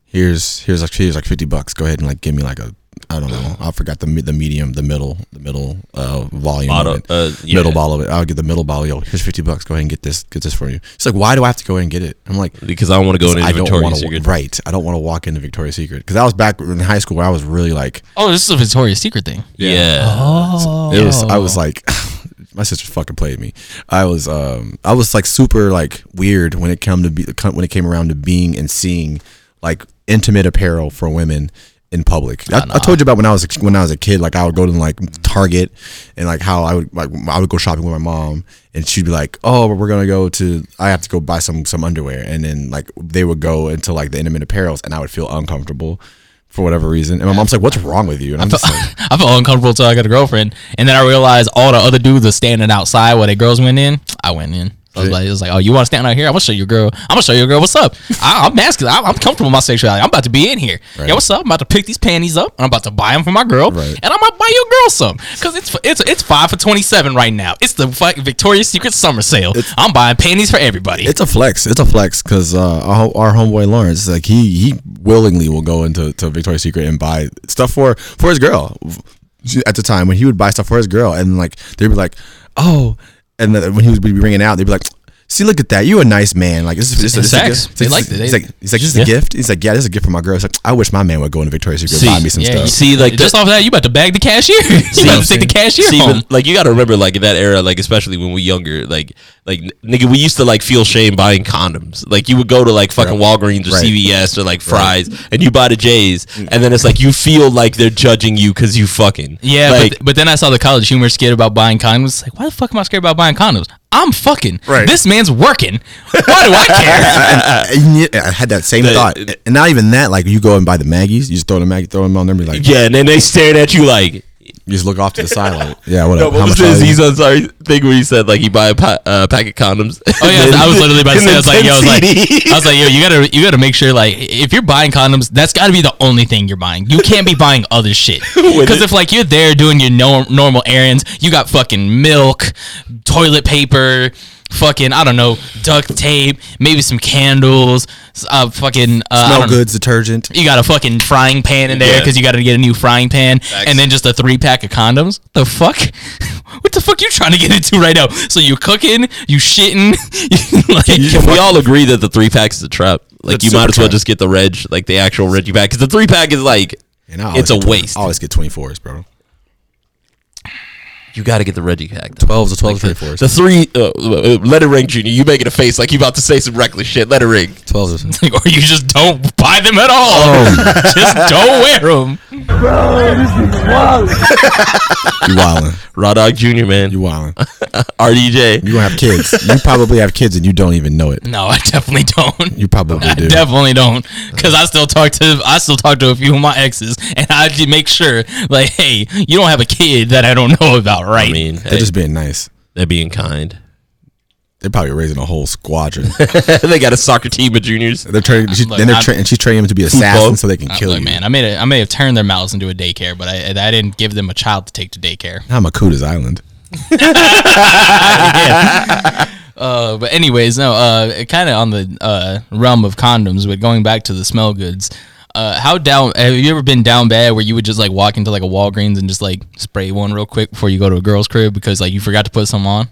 S4: here's here's like here's like fifty bucks. Go ahead and like give me like a I don't know. I forgot the me- the medium, the middle, the middle uh volume,
S3: Bottle,
S4: of it,
S3: uh, yeah.
S4: middle bottle of it. I'll get the middle bottle. Yo, here's fifty bucks. Go ahead and get this, get this for you. She's like, "Why do I have to go ahead and get it? I'm like.
S3: because I don't want to go into
S4: I don't want
S3: Victoria's
S4: to
S3: Secret.
S4: right. I don't want to walk into Victoria's Secret because that was back in high school where I was really like,
S2: Oh, this is a Victoria's Secret thing.
S3: Yeah.
S2: Oh,
S4: It was I was like <sighs> my sister fucking played me. I was um I was like super like weird when it come to be when it came around to being and seeing like intimate apparel for women in public. I, I told you about when I was when I was a kid like I would go to like Target and like how I would like I would go shopping with my mom and she'd be like, "Oh, but we're going to go to I have to go buy some some underwear." And then like they would go into like the intimate apparels and I would feel uncomfortable for whatever reason. And my mom's like, "What's wrong with you?" And I'm just like
S2: I felt uncomfortable until I got a girlfriend, and then I realized all the other dudes are standing outside where the girls went in. I went in. So I was
S4: Yeah.
S2: like, it was like, oh, you want to stand out here? I'm gonna show you a girl. I'm gonna show you a girl. What's up? I, I'm masculine. I'm, I'm comfortable with my sexuality. I'm about to be in here.
S4: Right.
S2: Yeah, what's up? I'm about to pick these panties up. and I'm about to buy them for my girl,
S4: Right.
S2: and I'm gonna buy your girl some because it's it's it's five for twenty seven right now. It's the fuck Victoria's Secret summer sale. I'm buying panties for everybody.
S4: It's a flex. It's a flex because uh, our, ho- our homeboy Lawrence, like he he willingly will go into to Victoria's Secret and buy stuff for for his girl. At the time when he would buy stuff for his girl, and like they'd be like, "Oh," and then when he would be bringing out, they'd be like. See, look at that! You a nice man. Like this is this, is- this is a
S2: Sex.
S4: gift. He's
S2: They
S4: like,
S2: liked it.
S4: He's
S2: They-
S4: like, he's like, this is a
S2: Yeah.
S4: gift. He's like, yeah, this is a gift for my girl. It's like, I wish my man would go into Victoria's Secret and buy me some
S2: yeah,
S4: stuff.
S2: you
S3: See, like
S2: just
S3: the-
S2: off that, you about to bag the cashier. <laughs> you about to take the cashier
S3: See,
S2: home.
S3: but, like you got to remember, like in that era, like especially when we younger, like like n- nigga, we used to like feel shame buying condoms. Like you would go to like fucking Walgreens or
S4: Right.
S3: CVS or like Fry's, and you buy the J's, and then it's like you feel like they're judging you because you fucking
S2: Yeah,
S3: Like,
S2: but, but then I saw the college humor skit about buying condoms. Like, why the fuck am I scared about buying condoms? I'm fucking.
S4: Right.
S2: This man's working. Why do I
S4: <laughs>
S2: care?
S4: And yeah, I had that same
S3: The-
S4: thought, and not even that. Like you go and buy the Maggies, you just throw the Maggie, throw them on there, and be like,
S3: yeah, and then they stared at you like.
S4: you just look off
S2: <laughs>
S4: to the side, like, yeah,
S3: No,
S4: whatever.
S3: what
S4: How
S3: was
S4: much are
S3: this
S4: these?
S3: He's sorry thing where he said like he buy a pa- uh, pack of condoms?
S2: oh yeah,
S3: <laughs> And
S2: I was
S3: then-
S2: literally about to
S3: and
S2: say. I
S3: then
S2: was like, yo, I was like,
S3: 10 CDs.
S2: I was like, yo, you gotta, you gotta make sure, like, if you're buying condoms, that's gotta be the only thing you're buying. You can't be buying other shit. Because if like you're there doing your no- normal errands, you got fucking milk, toilet paper. Fucking, I don't know, duct tape, maybe some candles, s- uh, fucking, uh, I
S4: Smell
S2: don't know.
S4: goods detergent.
S2: You got a fucking frying pan in there
S3: Yeah.
S2: because you got to get a new frying pan, and then just a three pack of condoms. The fuck? <laughs> What the fuck you trying to get into right now? So you cooking, you shitting, <laughs> you like
S3: Can
S2: <laughs>
S3: we all agree that the three pack is a trap? Like
S4: That's
S3: you might
S4: super
S3: as well
S4: trap.
S3: just get the reg, like the actual Reggie pack, because the three pack is like oh,
S4: And I always
S3: it's a
S4: get 20
S3: waste.
S4: I always get 24s, bro.
S3: You got to get the Reggie pack.
S4: 12s or 12s,
S3: the,
S4: 24s.
S3: the three. Uh, uh, let it ring, Junior. You making a face like you about to say some reckless shit. Let it ring.
S4: 12s.
S2: or you just don't buy them at all.
S3: Oh.
S2: <laughs> just don't wear them.
S4: You wildin'.
S3: Raw Dog Junior, man.
S4: You wildin'.
S3: RDJ.
S4: You gonna have kids. You probably have kids and you don't even know it.
S2: No, I definitely don't. <laughs>
S4: You probably
S2: I
S4: do.
S2: definitely don't, cause I still talk to I still talk to a few of my exes, and I just make sure like, hey, you don't have a kid that I don't know about, right?
S3: I mean, hey,
S4: They're just being nice.
S3: they're being kind. <laughs>
S4: They're probably raising a
S2: <laughs>
S4: whole squadron.
S3: they got a soccer team of juniors.
S4: They're training. She,
S2: Look,
S4: then they're
S2: I'm-
S4: tra- and she's training them to be assassins so they can
S2: Uh,
S4: kill
S2: look,
S4: you.
S2: man, I made a, I may have turned their mouths into a daycare, but I, I didn't give them a child to take to daycare. <laughs>
S4: I'm a Kuda's Island.
S2: <laughs> Uh, but anyways, no, uh, kind of on the uh, realm of condoms, but going back to the smell goods, uh, how down have you ever been down bad where you would just like walk into like a Walgreens and just like spray one real quick before you go to a girl's crib because like you forgot to put some on?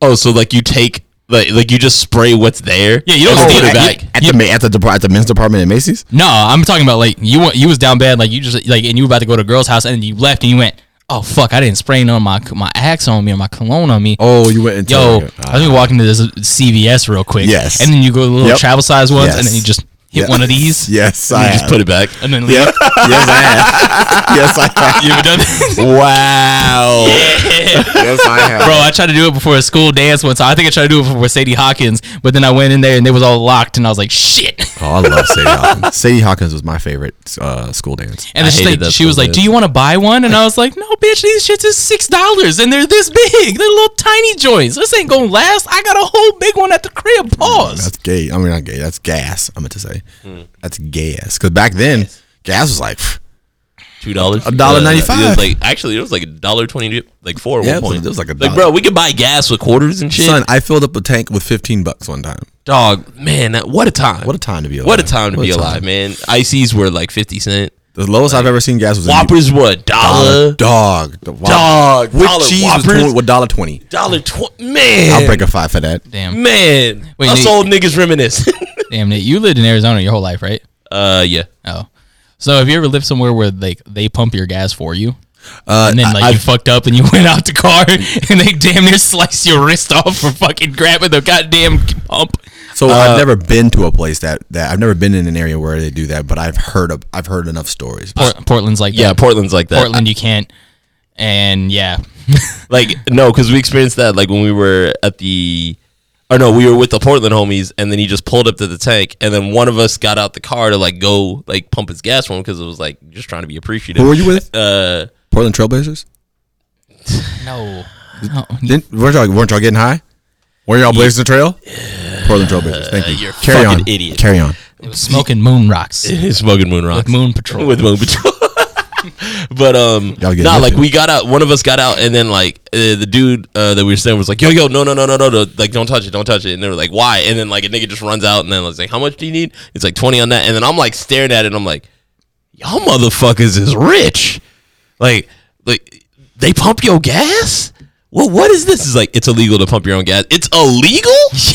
S3: Oh, so like you take Like, like you just spray what's there.
S2: Yeah, you don't
S3: and
S2: steal
S3: put
S2: it.
S3: it back.
S2: You-
S4: Oh, At the ma- at the depart- at the men's department at Macy's.
S2: No, I'm talking about like you went, you was down bad, like you just like, and you about to go to a girl's house, and you left, and you went, oh fuck, I didn't spray none of my my axe on me or my cologne on me.
S4: Oh, you went into
S2: Yo,
S4: Ah.
S2: let me walk into this CVS real quick.
S4: Yes.
S2: and then you go to the little
S4: Yep.
S2: travel size ones, and then
S4: Yes.
S2: you just hit
S4: <laughs> Yeah.
S2: one of these,
S4: yes, I
S3: You just
S4: have.
S3: put it back.
S2: and then leave.
S4: Yep. <laughs> yes, I have. <laughs> Yes, I have.
S2: You ever done this?
S4: <laughs> Wow. <laughs> Yes, I have.
S2: <laughs> Bro, I tried to do it before a school dance one time. I think I tried to do it before Sadie Hawkins, but then I went in there and they was all locked, and I was like, shit.
S4: Oh, I love Sadie Hawkins. Sadie Hawkins was my favorite uh, school dance.
S2: And then
S3: I
S2: she's
S3: hated
S2: like,
S3: that
S2: she was
S3: school
S2: like,
S3: dance.
S2: "Do you want to buy one?" And I was like, "No, bitch, these shits is six dollars, and they're this big. They're little tiny joints. This ain't gonna last. I got a whole big one at the crib. Pause."
S4: That's gay. I mean, not gay. That's gas. I meant to say, that's gas. Because back then, gas was like, pff,
S3: Two dollars, Uh,
S4: $1.95.
S3: Like actually, it was like a dollar twenty, like four at
S4: Yeah,
S3: one
S4: it was-
S3: point.
S4: it was like a
S3: like
S4: dollar.
S3: bro, we could buy gas with quarters and shit.
S4: son, I filled up a tank with fifteen bucks one time.
S3: Dog, man, that, what a time!
S4: What a time to be alive.
S3: What a time to
S4: What
S3: be
S4: a time.
S3: alive, man. ICs were like fifty cent.
S4: The lowest I've ever seen gas was a
S3: Whoppers were a dollar,
S4: dog. The Whopper-
S3: Dog.
S4: With
S3: Dollar
S4: cheese
S3: Whoppers.
S4: was twen- dollar twenty.
S3: dollar twenty. Man,
S4: I'll break a five for that. <laughs>
S2: Damn,
S3: man.
S2: Wait,
S3: Us
S2: Nate-
S3: old niggas reminisce. <laughs>
S2: damn, Nate, you lived in Arizona your whole life, right?
S3: uh, yeah.
S2: Oh, so have you ever lived somewhere where like they pump your gas for you,
S4: Uh,
S2: and then like
S4: I-
S2: you fucked up and you <laughs> went out the car and they damn near sliced your wrist off for fucking grabbing the goddamn pump?
S4: So
S3: Uh,
S4: I've never been to a place that, that I've never been in an area where they do that, but I've heard of I've heard enough stories.
S2: Port- Portland's like
S3: Yeah,
S2: that.
S3: Portland's like that.
S2: Portland, you can't, and <laughs> yeah,
S3: Like no, because we experienced that like when we were at the, or no, we were with the Portland homies, and then he just pulled up to the tank, and then one of us got out the car to like go like pump his gas for him because it was like just trying to be appreciative.
S4: Who were you with?
S3: Uh,
S4: Portland Trailblazers.
S2: no, no,
S4: Didn't, weren't y'all weren't y'all getting high? Were y'all blazing the trail? Portland Trailblazers. Thank you.
S3: you're a
S4: Carry
S3: fucking
S4: on.
S3: idiot.
S4: Carry on.
S2: it was smoking moon rocks.
S3: <laughs> smoking moon rocks.
S2: Moon Patrol.
S3: with Moon Patrol. <laughs> but um,
S4: Y'all get
S3: nah, like
S4: lifted.
S3: we got out. One of us got out, and then like uh, the dude uh, that we were staying was like, "Yo, yo, no, no, no, no, no, no, like don't touch it, don't touch it." And they were like, "Why?" And then like a nigga just runs out, and then was like, "How much do you need?" It's like twenty on that, and then I'm like staring at it, and I'm like, "Y'all motherfuckers is rich, like, like they pump your gas." Well, what is this? Is like it's illegal to pump your own gas. It's
S4: <laughs>
S3: illegal,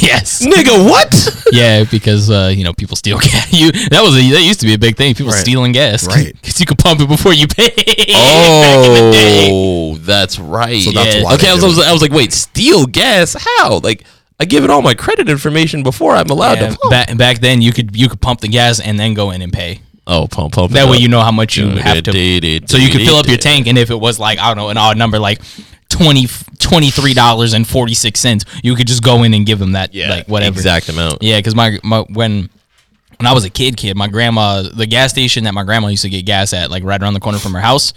S2: Yes.
S3: nigga. What?
S2: <laughs> Yeah, because uh, you know people steal <laughs> gas. You that was a, that used to be a big thing. People stealing gas, <laughs>
S4: Right.
S2: Because you could pump it before you pay. <laughs>
S3: Oh, that's right.
S4: So that's
S2: Yeah.
S4: why
S3: okay,
S4: they
S3: I was,
S4: do
S3: I was
S4: it.
S3: I was like, wait, steal gas? How? Like, I give it all my credit information before I'm allowed
S2: Yeah,
S3: to Uh, pump.
S2: back back then you could you could pump the gas and then go in and pay.
S3: oh, pump, pump.
S2: That
S3: <laughs>
S2: way you know how much you have to. So you could fill up your tank, and if it was like I don't know an odd number like. 20 $23.46 you could just go in and give them that
S3: yeah,
S2: like whatever
S3: exact amount.
S2: Yeah, because my, my when when I was a kid, kid, my grandma, the gas station that my grandma used to get gas at, like right around the corner from her house,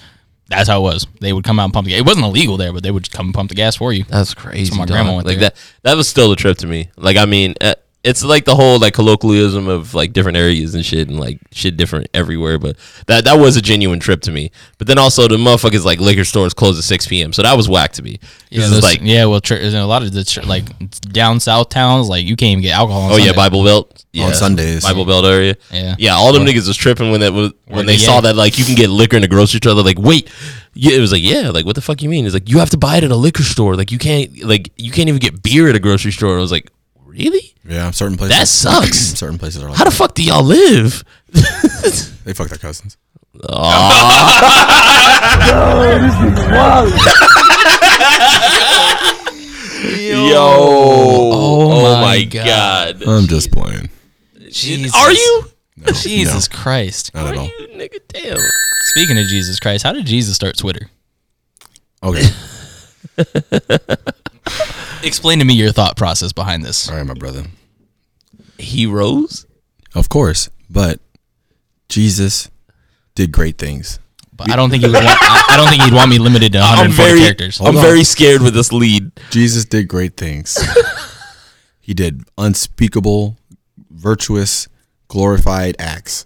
S2: that's how it was. They would come out and pump the. It wasn't illegal there, but they would just come and pump the gas for you.
S3: That's crazy.
S2: my
S3: dog.
S2: grandma went
S3: like
S2: there.
S3: that. That was still a trip to me. Like, I mean, uh, it's like the whole like colloquialism of like different areas and shit, and like shit different everywhere. But that that was a genuine trip to me. But then also the motherfuckers like liquor stores close at six p.m. So that was whack to me.
S2: Yeah,
S3: Yeah,
S2: those-
S3: like
S2: yeah, well, tr- there's a lot of the tr- like down south towns, like you can't even get alcohol. On
S3: Oh yeah,
S2: Sunday.
S3: Bible Belt yeah.
S4: Sundays.
S3: Bible Belt area.
S2: Yeah.
S3: yeah. All them niggas was tripping when that was when they
S2: the
S3: saw
S2: Yank.
S3: that like you can get liquor in the grocery store. They're like, wait, yeah. It was like, yeah, like what the fuck you mean? It's like you have to buy it at a liquor store. Like you can't like you can't even get beer at a grocery store. I was like, really?
S4: Yeah, certain places.
S3: That sucks.
S4: <clears throat> certain places are like
S3: How the fuck do y'all live?
S4: they fuck their cousins.
S3: Yo, oh,
S2: my God.
S4: I'm just playing.
S2: Jesus.
S3: Are you?
S4: No,
S2: Jesus Christ.
S4: no, not at all.
S3: You nigga, damn.
S2: Speaking of Jesus Christ, how did Jesus start Twitter?
S4: Okay,
S2: Explain to me your thought process behind this.
S4: all right, my brother.
S3: Heroes.
S4: Of course, but Jesus did great things.
S2: But I don't think you would want. I, I don't think you'd want me limited to 140 characters.
S3: I'm
S4: on.
S3: very scared with this lead.
S4: Jesus did
S2: <laughs>
S4: great things. he did unspeakable, virtuous, glorified acts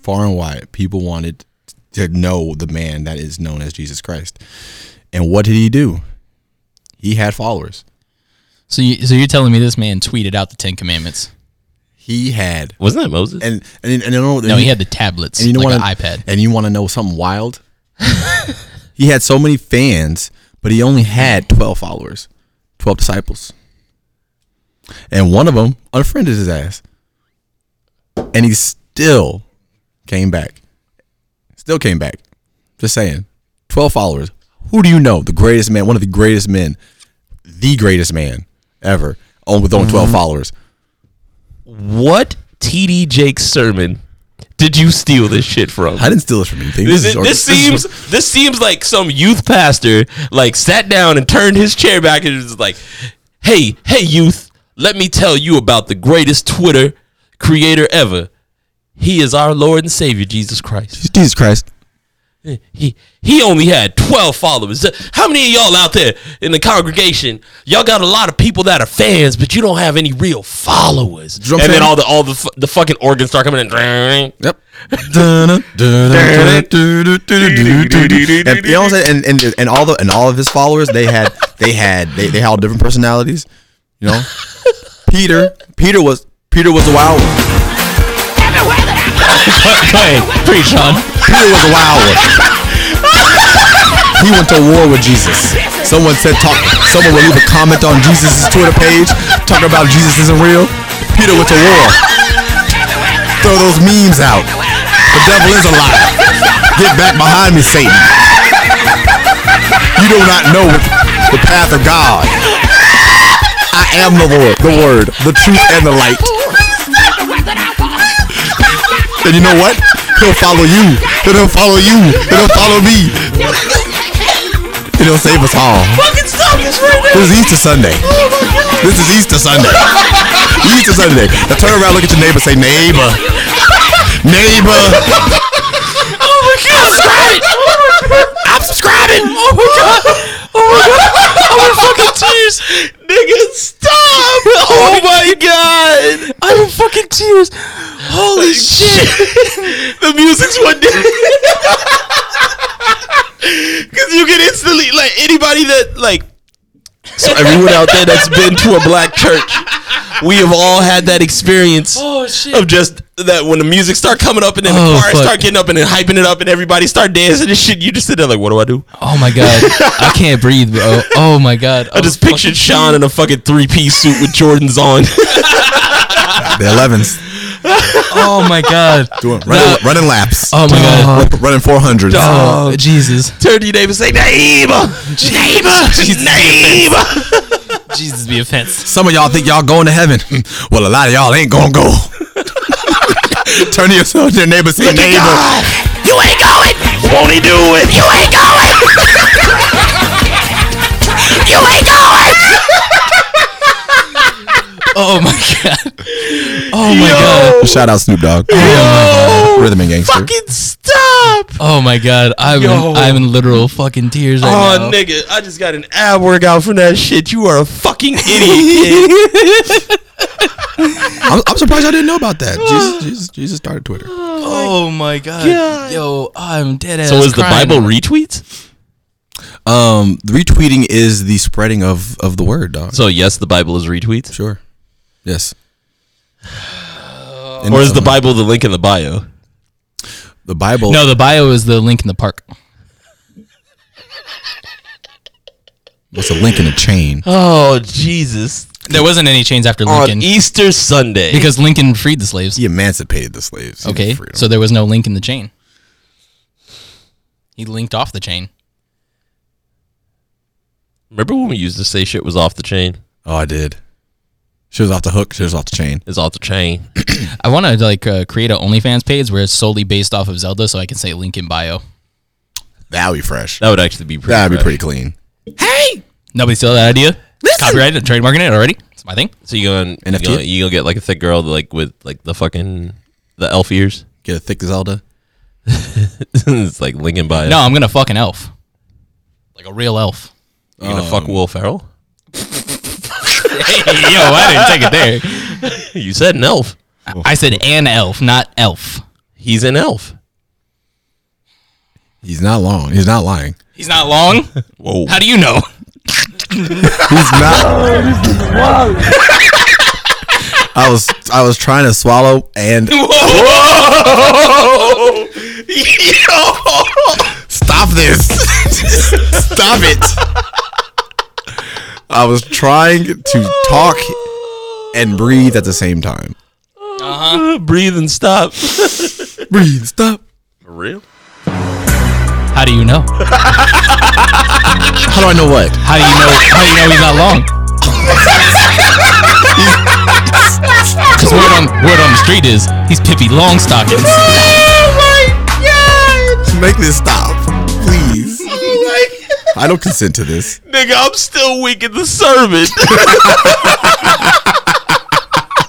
S4: far and wide. People wanted to know the man that is known as Jesus Christ. And what did he do? He had followers.
S2: So, you, so you're telling me this man tweeted out the Ten Commandments?
S4: He had
S3: Wasn't that Moses?
S4: and and, and, you know-
S2: No, he had the tablets,
S4: and you know
S2: like
S4: what
S2: an
S4: I- <laughs>
S2: iPad.
S4: And you want to know something wild? <laughs> he had so many fans, but he only had 12 followers, 12 disciples. and one of them unfriended his ass, and he still came back. Still came back. Just saying, twelve followers. Who do you know? The greatest man, one of the greatest men, the greatest man ever, on with only 12 followers.
S3: What TD Jake sermon did you steal this shit from?
S4: I didn't steal this from anything.
S3: This,
S4: is
S3: is-
S4: or-
S3: this
S4: is-
S3: seems this seems like some youth pastor like sat down and turned his chair back and was like, "Hey, hey, youth, let me tell you about the greatest Twitter creator ever. He is our Lord and Savior Jesus Christ.
S4: Jesus Christ.
S3: He he only had twelve followers. How many of y'all out there in the congregation? Y'all got a lot of people that are fans, but you don't have any real followers.
S4: what I'm
S3: and then
S4: saying?
S3: all the all the fu- the fucking organs start coming in.
S4: Yep. Dun-dun, dun-dun, dun-dun, dun-dun, dun-dun, dun-dun. and you know what I'm saying? And, and and all the and all of his followers, they had they had they, they had all different personalities. You know, Peter Peter was Peter was a wild one.
S2: Go ahead, preach, Sean.
S4: Peter was a wild one. He went to war with Jesus. Someone said talk. Someone would leave a comment on Jesus' Twitter page talking about Jesus isn't real. Peter went to war. Throw those memes out. The devil is a liar. Get back behind me, Satan. You do not know the path of God. I am the Lord, the Word, the truth, and the light. And you know what? He'll follow you. Then he'll follow you. Then he'll follow me. And he'll save us all.
S3: Fucking stop this right now! Oh
S4: This is Easter Sunday. This is Easter Sunday. Easter Sunday. Now turn around, look at your neighbor, say, neighbor. Neighbor.
S3: Oh my god! I'm subscribing! Oh my god! Oh my god! I'm in fucking tears! Nigga, stop! Oh my god! I'm in fucking tears! Holy shit! <laughs> the music's one day. <laughs> Cause you can instantly like anybody that like so everyone out there that's been to a black church, we have all had that experience of just that when the music start coming up and then
S2: Oh,
S3: the chorus
S2: fuck.
S3: start getting up and then hyping it up and everybody start dancing and shit. You just sit there like, what do I do?
S2: Oh my god, I can't breathe, bro. Oh my god,
S3: I just pictured Sean in a fucking three piece suit with Jordans <laughs> on.
S4: The 11s.
S2: Oh my god,
S4: Doing, running, running laps.
S2: oh my god,
S4: Running 400s.
S2: oh Jesus,
S3: Turn to your neighbor, and say neighbor, neighbor, neighbor.
S2: Jesus be offense.
S4: Some of y'all think y'all going to heaven. Well, a lot of y'all ain't gonna go. <laughs> Turn to yourself, your neighbor, say, neighbor.
S3: God, you ain't going. Won't he do it? You ain't going. you ain't going.
S2: Oh my <laughs> god, oh my god,
S3: Yo,
S4: Shout out Snoop Dogg. Rhythm and gangster.
S3: fucking stop.
S2: oh my god. I'm
S3: Yo.
S2: in, I'm in literal fucking tears right now.
S3: Oh, nigga, I just got an ab workout from that shit. You are a fucking <laughs> idiot, kid.
S4: I'm, I'm surprised y'all didn't know about
S3: <sighs>
S4: that. Jesus, Jesus, Jesus started Twitter.
S2: Oh my god. yo, I'm dead ass.
S3: so is the
S2: crying.
S3: Bible retweets?
S4: Um, the retweeting is the spreading of of the word, dog.
S3: So yes, the Bible is retweets.
S4: sure,
S3: <sighs>
S4: yes. And
S3: Or is the
S4: um,
S3: Bible the link in the bio?
S4: the Bible?
S2: No, the bio is the link in the park.
S4: it's a link in a chain.
S3: Oh Jesus!
S2: There wasn't any chains after
S3: On E.
S2: Lincoln
S3: Easter Sunday,
S2: because Lincoln freed the slaves.
S4: He emancipated the slaves. He
S2: okay,
S4: had freedom.
S2: so there was no link in the chain. He linked off the chain.
S3: remember when we used to say shit was off the chain?
S4: oh, I did. She was off the hook. She was off the chain.
S3: It's off the chain.
S2: I want to like uh, create a OnlyFans page where it's solely based off of Zelda, so I can say link in bio.
S4: That'd be fresh.
S3: That would actually be pretty.
S4: That'd be
S3: fresh.
S4: pretty clean.
S2: Nobody steal that idea. Copyrighted and trademarking it already. It's my thing.
S3: So you gonna
S4: NFT?
S3: you gonna, you gonna get like a thick girl like with like the fucking the elf ears? <laughs>
S4: Get a thick Zelda.
S3: it's like link in bio.
S2: No, I'm gonna fuck an elf, like a real elf.
S3: you gonna fuck
S4: Um,
S3: Will Ferrell?
S2: Hey, <laughs> yo, I didn't take it there.
S3: You said an elf.
S2: I said an elf, not elf.
S3: He's an elf.
S4: He's not long. He's not lying.
S2: He's not long.
S3: Whoa.
S2: How do you <laughs> know?
S4: He's not. I was I was trying to swallow and
S3: Whoa! Yo!
S4: Stop this. Stop it. I was trying to talk and breathe at the same time.
S3: <laughs> Breathe and stop.
S4: Breathe, stop.
S3: For real?
S2: How do you know?
S4: How do I know what?
S2: How do you know? How do you know he's not long? Because word on word on the street is he's Pippi Longstockings.
S4: Make this stop, please. I don't consent to this.
S3: Nigga, I'm still weak in the sermon.
S4: <laughs>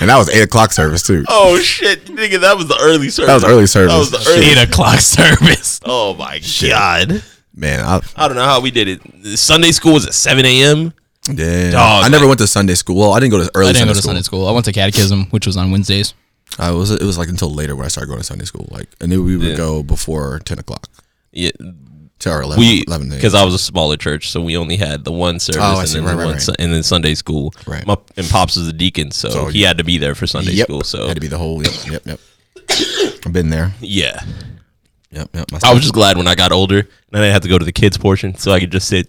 S4: And that was eight o'clock service too.
S3: oh shit, nigga, that was the early service.
S4: That was early service.
S3: That was the early.
S2: Eight o'clock service.
S3: Oh my god.
S4: Man, I,
S3: I don't know how we did it. Sunday school was at 7 a.m.
S4: yeah.
S3: Dog.
S4: I never went to Sunday school. Well, I didn't go to early
S2: I didn't
S4: Sunday
S2: go to
S4: school.
S2: Sunday school. I went to catechism, which was on Wednesdays.
S4: I was it was like until later when I started going to Sunday school. Like I knew we would
S3: Yeah.
S4: go before ten o'clock
S3: Yeah,
S4: to our eleven.
S3: we
S4: 11 a.m.
S3: because I was a smaller church, so we only had the one service
S4: Oh, I
S3: and
S4: see.
S3: then
S4: Right,
S3: the
S4: right,
S3: one
S4: right.
S3: Sun- and then Sunday school.
S4: Right.
S3: My, and pops was a deacon, so,
S4: So
S3: he
S4: you-
S3: had to be there for Sunday
S4: yep.
S3: school. So
S4: had to be the whole yep yep yep. I've been there.
S3: yeah,
S4: Yep yep. My
S3: I was just glad when I got older and I didn't have to go to the kids portion, so I could just sit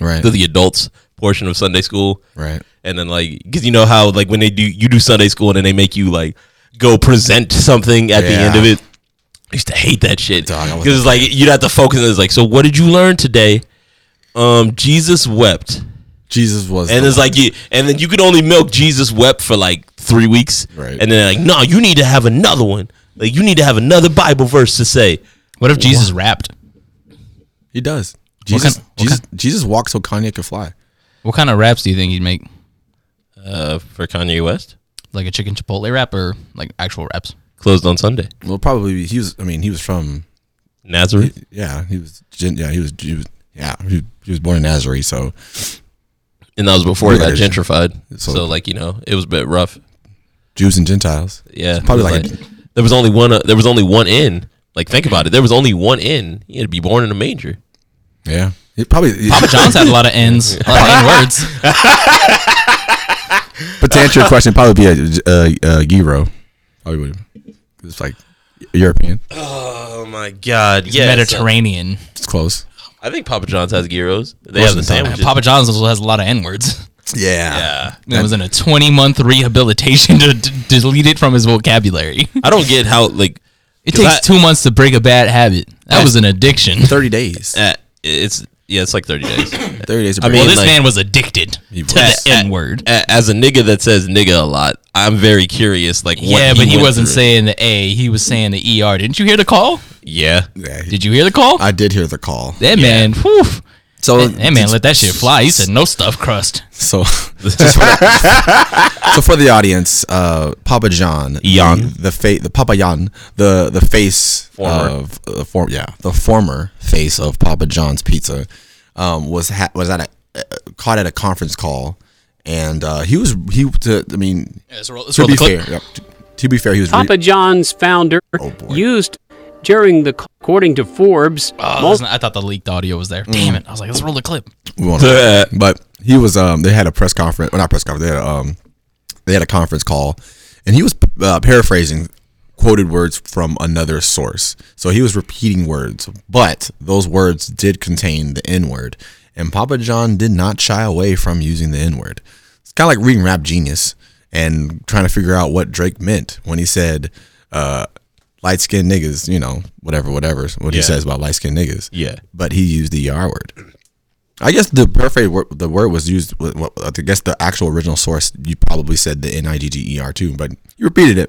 S4: right
S3: to the adults portion of Sunday school.
S4: right.
S3: and then like because you know how like when they do you do Sunday school and then they make you like go present something at the
S4: Yeah.
S3: end of it. I used to hate that shit
S4: Dog, I was-
S3: because it's like you'd have to focus. And it's like, so what did you learn today? Um, Jesus wept,
S4: Jesus was
S3: and
S4: the-
S3: it's like you, and then you could only milk Jesus wept for like three weeks,
S4: Right.
S3: And then like, no, you need to have another one. Like you need to have another Bible verse to say.
S2: What if Jesus rapped?
S4: he does. Jesus
S2: kind- what
S4: Jesus Jesus walked so Kanye could fly.
S2: What kind of raps do you think he'd make?
S3: Uh, for Kanye West,
S2: Like a chicken chipotle rap or like actual raps?
S3: closed on Sunday,
S4: Well, probably he was. I mean, he was from
S3: Nazareth.
S4: yeah. He was gen- yeah. He was he was yeah. He, he was born in Nazareth, so
S3: And that was before it got
S4: Right.
S3: gentrified.
S4: So-
S3: so like you know, it was a bit rough.
S4: Jews and Gentiles.
S3: Yeah,
S4: It's probably
S3: it was
S4: like a-
S3: there was only one. Uh, there was only one inn. Like think about it. There was only one inn. He had to be born in a manger.
S4: Yeah, he probably.
S2: Papa
S4: <laughs>
S2: John's had a lot of ends, a lot of N words.
S4: But to answer your question, probably be a uh, uh, gyro. Probably would. It's like European.
S3: Oh my God! Yeah,
S2: Mediterranean.
S4: It's close.
S3: I think Papa John's has gyros. They have
S4: Most
S3: the
S4: of the time.
S3: sandwiches.
S2: Papa John's also has a lot of N words.
S4: Yeah.
S2: <laughs>
S3: yeah.
S2: It was in a 20 month rehabilitation to d- delete it from his vocabulary.
S3: I don't get how like
S2: It
S3: 'Cause
S2: takes
S3: I-
S2: two months to break a bad habit. That was an addiction.
S4: Thirty days.
S3: uh, it's yeah it's like thirty days. <coughs>
S4: Thirty days.
S3: I
S4: I
S2: <laughs>
S3: mean,
S2: Well,
S4: mean,
S2: this
S3: like-
S2: man was addicted to
S4: was.
S2: the
S3: Uh,
S2: N word.
S3: A- As a nigga that says nigga a lot, I'm very curious. Like what
S2: Yeah, but he
S3: went
S2: wasn't
S3: through.
S2: saying the A. He was saying the ER. Didn't you hear the call?
S3: yeah.
S4: yeah, he-
S2: Did you hear the call?
S4: I did hear the call.
S2: that man, whew.
S4: So
S2: That man let that shit fly. He said no stuff crust.
S4: So, <laughs> just for- so for the audience, uh, Papa John,
S3: Jan.
S4: the, the fa- the Papa Jan, the the face
S3: Former.
S4: of the form, yeah, the former face of Papa John's Pizza, um, was ha- was at a uh, caught at a conference call, and uh, he was he to I mean
S2: let's roll, let's
S4: to
S2: roll
S4: be
S2: the clip.
S4: fair, yep, to, to be fair, he was re-
S6: Papa John's founder
S4: boy.
S6: used during the, according to Forbes,
S2: Oh,
S6: mul-
S2: that's not- I thought the leaked audio was there. Damn it. I was like, let's roll the clip.
S4: we won't- but he was um they had a press conference well not press conference they had a, um they had a conference call and he was uh, paraphrasing quoted words from another source so he was repeating words but those words did contain the n word and papa john did not shy away from using the n word it's kind of like reading rap genius and trying to figure out what drake meant when he said uh light skinned niggas you know whatever whatever what he
S3: Yeah.
S4: says about light skinned niggas
S3: Yeah.
S4: but he used the E r word I guess the paraphrase word, the word was used. with- with- I guess the actual original source you probably said the N I G G E R too, but you repeated it.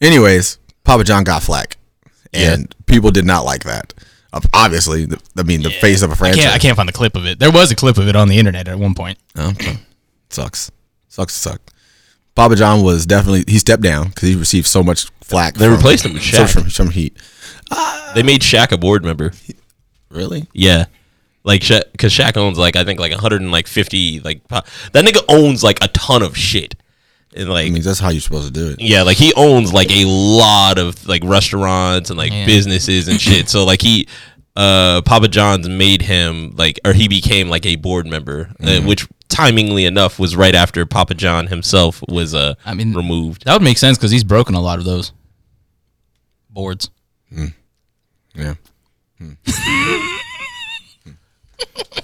S4: Anyways, Papa John got flack, and people did not like that. Ob- Obviously, the, I mean the face of a
S2: I
S4: franchise
S2: can't, I can't find the clip of it. There was a clip of it on the internet at one point.
S4: Okay. sucks, sucks, suck. Papa John was definitely he stepped down because he received so much flack.
S3: They replaced him with Shaq.
S4: from, from heat.
S3: They made Shaq a board member.
S4: Really?
S3: Yeah. Like, Sha- cause Shaq owns like I think like 150 like po- that nigga owns like a ton of shit, and like
S4: I mean that's how you're supposed to do it.
S3: yeah, like he owns like a lot of like restaurants and like businesses and shit. So like he, uh, Papa John's made him like or he became like a board member, uh, which timingly enough was right after Papa John himself was uh
S2: I mean-
S3: removed.
S2: That would make sense because he's broken a lot of those boards.
S4: Yeah.
S3: Hmm.
S4: <laughs>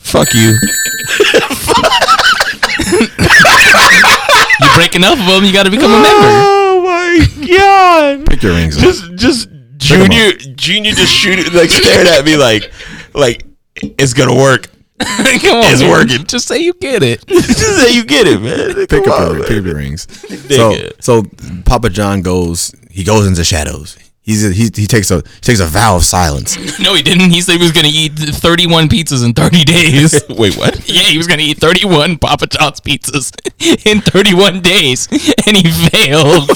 S3: Fuck you.
S2: enough of them, you got to become a member.
S3: Oh my god!
S4: Pick your rings up.
S3: <laughs> just just
S4: him up.
S3: junior junior just shooting like stared at me like like it's gonna work.
S2: <laughs>
S3: <laughs>
S2: Come on,
S3: It's
S2: man.
S3: working.
S2: Just say you get it.
S3: just say you get it, man.
S4: Pick
S3: Come
S4: up
S3: on,
S4: your,
S3: man.
S4: pick up your rings. so
S3: Nigga.
S4: so Papa John goes. He goes into shadows. He's a, he, he takes a he takes a vow of silence.
S2: No, he didn't. He said he was gonna eat 31 pizzas in 30 days.
S3: <laughs> Wait, what?
S2: Yeah, he was gonna eat 31 Papa John's pizzas in 31 days, and he
S3: <laughs>
S2: failed.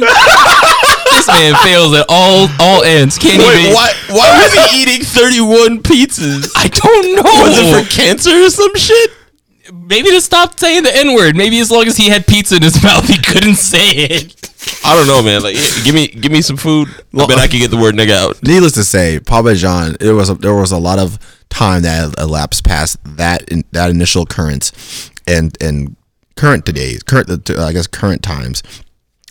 S2: this man fails at all all ends. Can't
S3: Wait,
S2: even.
S3: why why was <laughs> he eating thirty one pizzas?
S2: I don't know.
S3: Was it for cancer or some shit?
S2: Maybe to stop saying the N word. Maybe as long as he had pizza in his <laughs> mouth, he couldn't say it.
S3: I don't know, man. Like, yeah, give me give me some food. I bet I can get the word nigga out.
S4: Needless to say, Papa John. There was a, there was a lot of time that elapsed past that in, that initial occurrence, and and current today's current uh, I guess current times.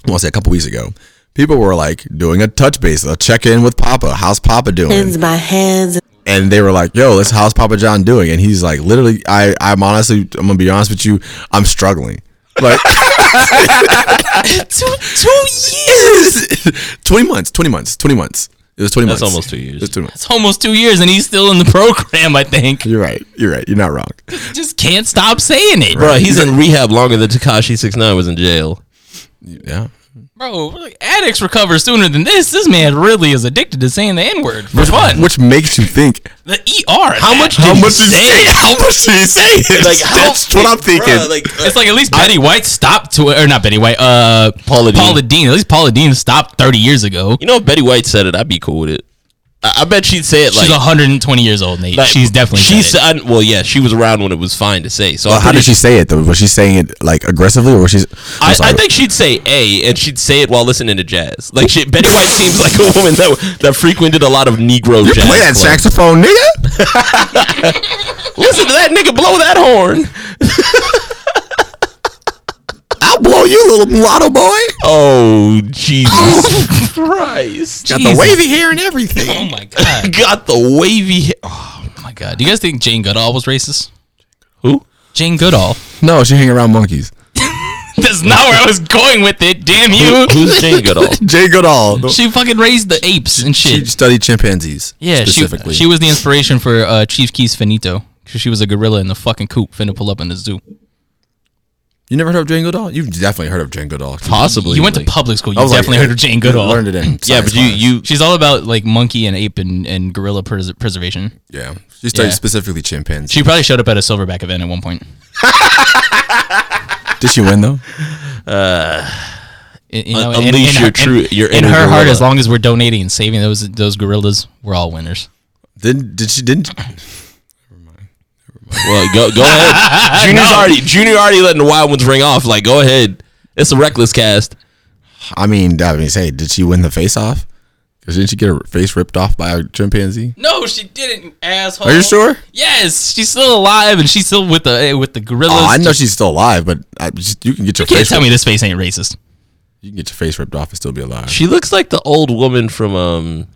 S4: I want to say a couple weeks ago. People were like doing a touch base, a check in with Papa. How's Papa doing?
S7: hands, my hands.
S4: and they were like, "Yo, let's how's Papa John doing?" And he's like, "Literally, I I'm honestly, I'm gonna be honest with you, I'm struggling." Like <laughs> two, two years, twenty months, twenty months, twenty months. It was twenty
S3: That's
S4: months.
S3: almost two years.
S4: It was two months.
S2: It's almost two years, and he's still in the program. I think.
S4: You're right. You're right. You're not wrong.
S2: Just can't stop saying it,
S3: Bro, he's in rehab longer than Takashi Six Nine was in jail.
S4: Yeah.
S2: Bro, like, addicts recover sooner than this. This man really is addicted to saying the N word for fun.
S4: Which makes you think
S2: the ER.
S3: How much
S2: that-
S3: did he
S4: much did he
S3: say?
S4: how much did he say? it?
S3: Like, how-
S4: that's what I'm thinking.
S3: Bruh, like, uh,
S2: It's like at least Betty White stopped to or not Betty White. Uh,
S3: Paula Dean.
S2: Paula Dean. At least Paula Dean stopped thirty years ago.
S3: you know, if Betty White said it, I'd be cool with it. I, I bet she'd say it
S2: She's
S3: like,
S2: 120 years old, Nate.
S3: like-
S2: she's definitely.
S3: she
S2: said it.
S3: said. Well, yeah, she was around when it was fine to say. So I'm
S4: Well, Uh, how did
S3: pretty
S4: she say it though? Was she saying it like aggressively, or was she?
S3: I,
S4: I'm sorry.
S3: I think she'd say A, and she'd say it while listening to jazz. Like she, Betty White seems like a woman that that frequented a lot of Negro
S4: you
S3: jazz.
S4: play that
S3: clubs.
S4: saxophone, nigga.
S3: Listen to that nigga blow that horn.
S4: I'll blow you, little mulatto boy.
S3: Oh Jesus Christ!
S4: Got
S2: Jesus.
S4: the wavy hair and everything.
S2: Oh my god.
S3: Got the wavy. ha-
S2: oh my god. Do you guys think Jane Goodall was racist?
S3: Who?
S2: Jane Goodall. <laughs>
S4: No, she hang around monkeys.
S2: That's not where I was going with it. Damn you.
S3: Who's Jane <laughs> Goodall?
S4: Jay Goodall. the-
S2: She fucking raised the apes and
S4: She
S2: shit.
S4: studied chimpanzees.
S2: Yeah, she,
S4: specifically.
S2: she was the inspiration for uh, Chief Keys Finito. 'Cause She was a gorilla in the fucking coop, finna pull up in the zoo.
S4: you never heard of Jane Goodall? You've definitely heard of Jane Goodall.
S3: Possibly.
S2: You went to public school. You definitely heard of Jane Goodall.
S4: Learned it in.
S3: Yeah, but you you
S2: She's all about like monkey and ape and, and gorilla pres- preservation.
S4: Yeah, she studied
S2: Yeah.
S4: specifically chimpanzees.
S2: She probably showed up at a silverback event at one point.
S4: Did she win though?
S2: I- you
S3: Un-
S2: know, in-
S3: unleash
S2: in
S3: your
S2: her-
S3: true-
S2: in-
S3: your
S2: in
S3: inner
S2: her heart.
S3: gorilla.
S2: As long as we're donating and saving those those gorillas, we're all winners.
S4: Didn't did she? Didn't
S3: well go <laughs> go ahead. Junior's already Junior already letting the wild ones ring off. Like go ahead. It's a reckless cast.
S4: I mean? I mean, say, did she win the face off? Because didn't she get her face ripped off by a chimpanzee?
S2: No, she didn't, asshole.
S4: Are you sure?
S2: Yes, she's still alive and she's still with the eh, with the gorillas.
S4: Oh, I know she's still alive, but I, just, you can get your
S2: Can't
S4: face.
S2: tell
S4: ripped,
S2: me this face ain't racist.
S4: You can get your face ripped off and still be alive.
S3: She looks like the old woman from um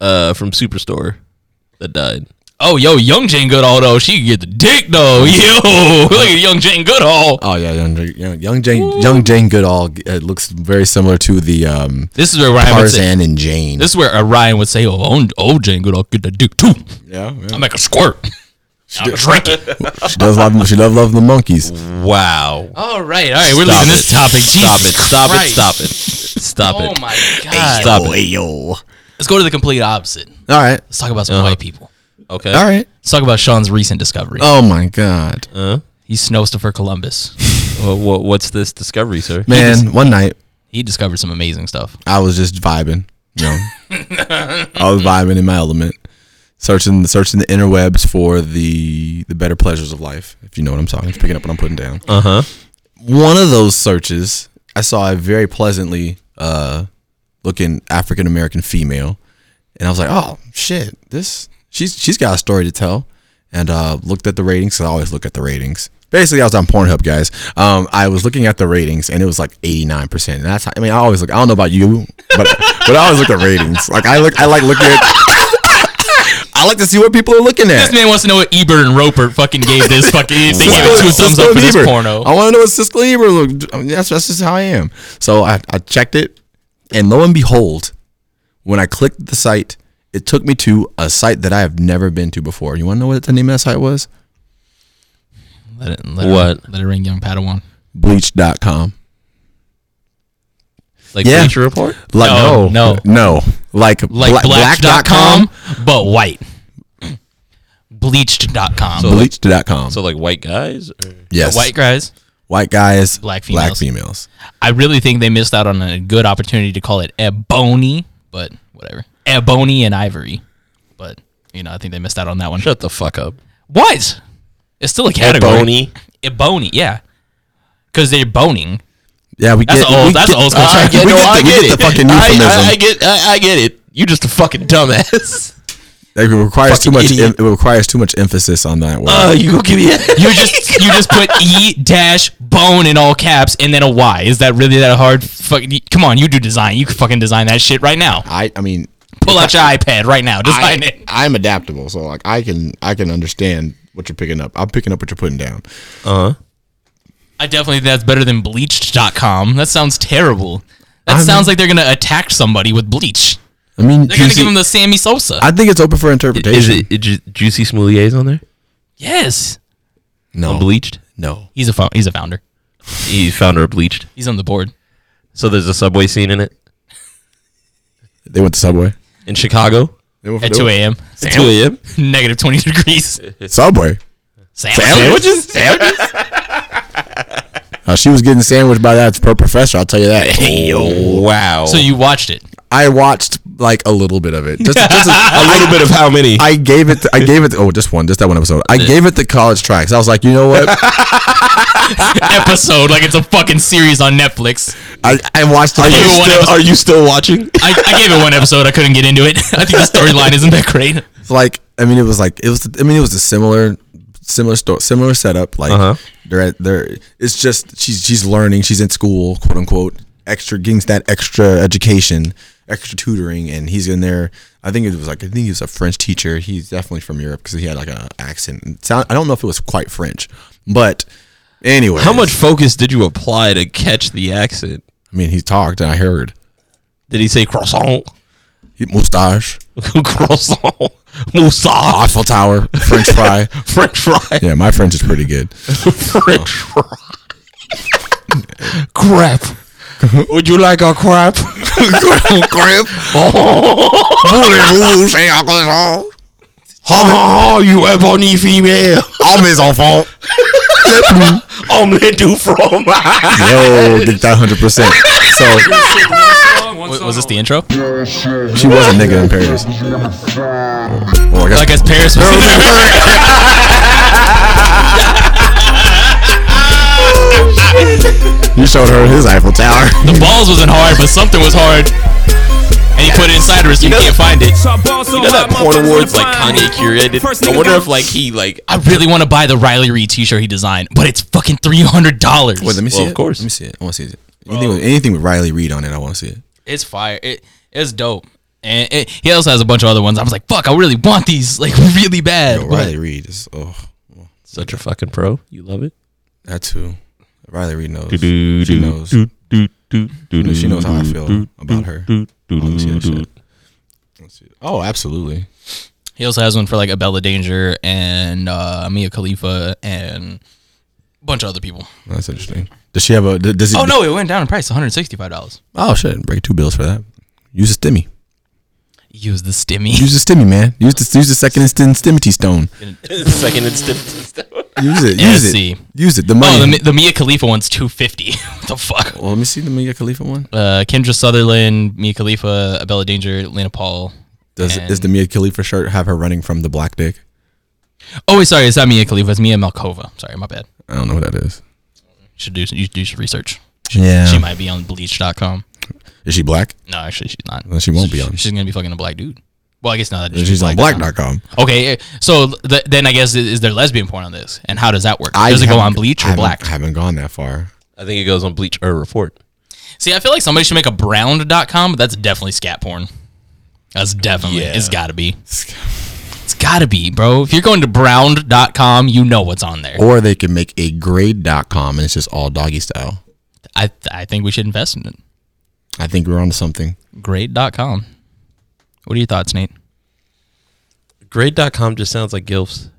S3: uh from Superstore that died.
S2: Oh, yo, young Jane Goodall though, she can get the dick though. <laughs> Yo, look at young Jane Goodall.
S4: Oh yeah, young, young, young Jane, young Jane Goodall uh, looks very similar to the um,
S2: This is where Ryan would say.
S4: Tarzan and Jane.
S2: This is where uh, Ryan would say, "Oh, old, old Jane Goodall get the dick too.
S4: yeah, yeah.
S2: <laughs> I make a squirt. I drink it."
S4: She does love. She love love the monkeys.
S3: Wow.
S2: All right, all right, we're
S3: Stop
S2: leaving
S3: it.
S2: this topic.
S3: Stop
S2: Jesus
S3: it. Stop
S2: Christ.
S3: it. Stop it. Stop
S2: Oh
S3: it.
S2: my god.
S3: Stop it. Uh-huh.
S4: All
S2: Let's go to the complete opposite.
S4: right.
S2: Let's talk about some white people.
S3: Okay.
S4: All right.
S2: Let's talk about Sean's recent discovery.
S3: Uh-huh.
S4: Oh my God,
S2: He's Snowstopher Columbus.
S3: Well, Uh, wha- what's this discovery, sir?
S4: man! One night
S2: He discovered some amazing stuff.
S4: I was just vibing. You know, I was vibing in my element, searching searching the interwebs for the the better pleasures of life. If you know what I'm talking, just picking up what I'm putting down.
S3: Uh huh.
S4: One of those searches, I saw a very pleasantly uh, looking African American female, and I was like, "Oh shit, this she's she's got a story to tell." And uh, looked at the ratings. 'cause I always look at the ratings. Basically, I was on Pornhub, guys. Um, I was looking at the ratings, and it was like eighty nine percent. And that's how, I mean, I always look. I don't know about you, but but <laughs> I always look at ratings. Like I look, I like looking at. I I like to see what people are looking at.
S2: This man wants to know what Ebert and Roper fucking gave this
S3: <laughs>
S2: fucking. They
S4: Siskel-
S2: gave it two thumbs
S4: Siskel
S2: up for
S4: and
S2: this
S4: Ebert.
S2: porno.
S4: I
S3: Oh.
S4: want to know what Siskel and Ebert look. I mean, that's that's just how I am. So I, I checked it, and lo and behold, when I clicked the site, it took me to a site that I have never been to before. You want to know what the name of that site was?
S2: Let it, let
S3: What?
S2: It, let it ring, young Padawan.
S4: Bleach.com.
S3: Like
S4: Yeah.
S3: Bleacher Report?
S4: Like
S2: No,
S4: no, no, no, like
S2: Like
S4: bla-
S2: black dot
S4: black.com,
S2: com, but white. <clears throat> Bleached.com.
S3: So,
S4: bleach.com.
S3: So like white guys? Or?
S4: yes,
S2: white guys.
S4: white guys,
S2: Black
S4: black
S2: females.
S4: females.
S2: I really think they missed out on a good opportunity to call it ebony, but whatever. Ebony and ivory. But, you know, I think they missed out on that one.
S3: Shut the fuck up.
S2: What? It's still a category.
S3: Ebony.
S2: Ebony, yeah. Because they're boning.
S4: Yeah, we
S2: That's
S4: get
S2: an old-
S4: we
S2: that's
S4: get-
S2: an old
S4: <laughs>
S2: school
S4: we
S2: term.
S4: get the-
S3: no,
S4: we get
S2: <laughs>
S4: the fucking euphemism.
S3: I, I, I get, I, I get it. You just a fucking
S4: <laughs>
S3: dumbass.
S4: It requires
S3: Fucking
S4: too much. Em-
S3: idiot.
S4: it requires too much emphasis on that word.
S3: Uh, you go give <laughs> me. A-
S2: You just you just put e dash bone in all caps and then a y. Is that really that hard? Fuck, come on, you do design. You can fucking design that shit right now.
S4: I,
S2: <laughs>
S4: I mean,
S2: Pull out your iPad right now. Design
S4: I,
S2: it.
S4: I'm adaptable, so like I can, I can understand what you're picking up. I'm picking up what you're putting down. Uh-huh.
S2: I definitely think that's better than bleached.com. That sounds terrible. That sounds like they're gonna attack somebody with bleach.
S4: I mean,
S2: They're gonna give him the Sammy Sosa.
S4: I think it's open for interpretation.
S3: is it, is it Juicy Smouliers on there?
S2: yes,
S4: no?
S3: Bleached?
S4: no.
S2: he's a fo- he's a founder.
S3: He founder of Bleached.
S2: He's on the board.
S3: So there's a subway scene in it
S4: They went to Subway.
S3: in Chicago
S4: They went for
S2: At
S4: the-
S2: two a.m.
S3: at 2 a.m.
S2: <laughs> Negative twenty degrees.
S4: Subway.
S2: Sandwich.
S4: Uh, she was getting sandwiched by that pro professor. I'll tell
S2: <laughs>
S4: you that. wow.
S2: So you watched it.
S4: I watched like a little bit of it. Just, just a,
S3: A
S2: <laughs>
S3: little bit of how many?
S4: I gave it. I gave it. Oh, just one. Just that one episode. I gave it the college try 'cause I was like, you know
S2: <laughs>
S4: what?
S2: episode like it's a fucking series on Netflix.
S4: I, I watched. Are
S2: you still-
S3: <laughs>
S4: are you still watching?
S2: I, I gave it one episode. I couldn't get into it. <laughs> I think the storyline isn't that great.
S4: like I mean, it was like it was. I mean, it was a similar, similar story, similar setup. Like
S3: Uh-huh.
S4: they're at they're. It's just she's she's learning. She's in school, quote unquote, extra getting that extra education, extra tutoring, and he's in there. I think it was like I think he was a French teacher. He's definitely from Europe because he had like an accent. It Sound I don't know if it was quite French, but anyway,
S3: How much focus did you apply to catch the accent?
S4: I mean, he talked and I heard
S3: Did he say croissant? <laughs>
S4: he, mustache,
S3: croissant, moussard,
S4: Eiffel Tower, French
S3: <laughs>
S4: fry.
S3: French fry,
S4: Yeah, my French is
S3: <laughs>
S4: pretty good.
S3: French fry, <laughs> crap. Would you like a crap? <laughs> crap.
S4: Voulez-vous, c'est un croissant?
S3: Oh, you ebony female.
S4: Oh, mes enfants.
S3: <laughs> Omelette du fromage.
S4: Yo, did that hundred percent. So
S2: W- was this the intro?
S4: she was a nigga in Paris. Well, I guess
S2: I guess Paris <laughs> was.
S4: you showed her his Eiffel <laughs> Tower.
S2: the balls wasn't hard, but something was hard. And he put it inside of her, so you can't find it.
S3: <laughs> You know that porn awards like Kanye curated? I wonder if like he like
S2: I really want to buy the Riley Reid T-shirt he designed, but it's fucking three hundred dollars.
S4: Wait, let me see
S3: Well,
S4: it.
S3: of course.
S4: let me see it. I want to see it. Anything with, anything with Riley Reed on it, I want to see it.
S2: It's fire. It it's dope. And it, he also has a bunch of other ones. I was like, fuck, I really want these, like <laughs> really bad.
S4: Yo,
S2: but-
S4: Riley Reed is oh
S3: such a fucking pro. You love it.
S4: that too. Riley Reed knows.
S3: do,
S4: She knows. She knows how I feel about her. Let me see that shit. Let's see. Oh, absolutely.
S2: He also has one for like Abella Danger and uh, Mia Khalifa and a bunch of other people.
S4: That's interesting. Does she have a? d- Does it,
S2: Oh no, it went down in price, one hundred sixty-five dollars.
S4: Oh shit! Break two bills for that. Use a stimmy.
S2: Use the stimmy.
S4: Use the stimmy, man. Use the use the second instant stimity stone.
S2: <laughs>
S3: Second instant.
S4: Use it.
S2: Yeah,
S4: Use
S2: see.
S4: it. Use it. The money.
S2: Oh, the, Mi- the Mia Khalifa one's two fifty. <laughs> what the fuck?
S4: Well, let me see the Mia Khalifa one.
S2: Uh, Kendra Sutherland, Mia Khalifa, Abella Danger, Lena Paul.
S4: Does
S2: And-
S4: does the Mia Khalifa shirt have her running from the black dick?
S2: Oh wait, sorry, it's not Mia Khalifa. It's Mia Malkova. Sorry, my bad.
S4: I don't know what that is.
S2: You should do you should do some research.
S4: Yeah.
S2: She might be on Bleach.com.
S4: Is she black?
S2: No, actually, she's not.
S4: Well, she won't be on.
S2: She's gonna be fucking a black dude. Well, I guess not. that
S4: She's on
S2: dot com.
S4: black.com.
S2: Okay, eh, so th- then I guess i- is there lesbian porn on this, and how does that work? Does it go on bleach or black?
S4: I haven't gone that far.
S3: I think it goes on Bleach or Report.
S2: See, I feel like somebody should make a brown.com, but that's definitely scat porn. That's definitely it's got to be. It's gotta be, bro. If you're going to brown.com, you know what's on there.
S4: Or they can make a grade.com and it's just all doggy style.
S2: I I think we should invest in it.
S4: I think we're onto something.
S2: Grade.com. What are your thoughts, Nate?
S3: Grade.com just sounds like gilfs.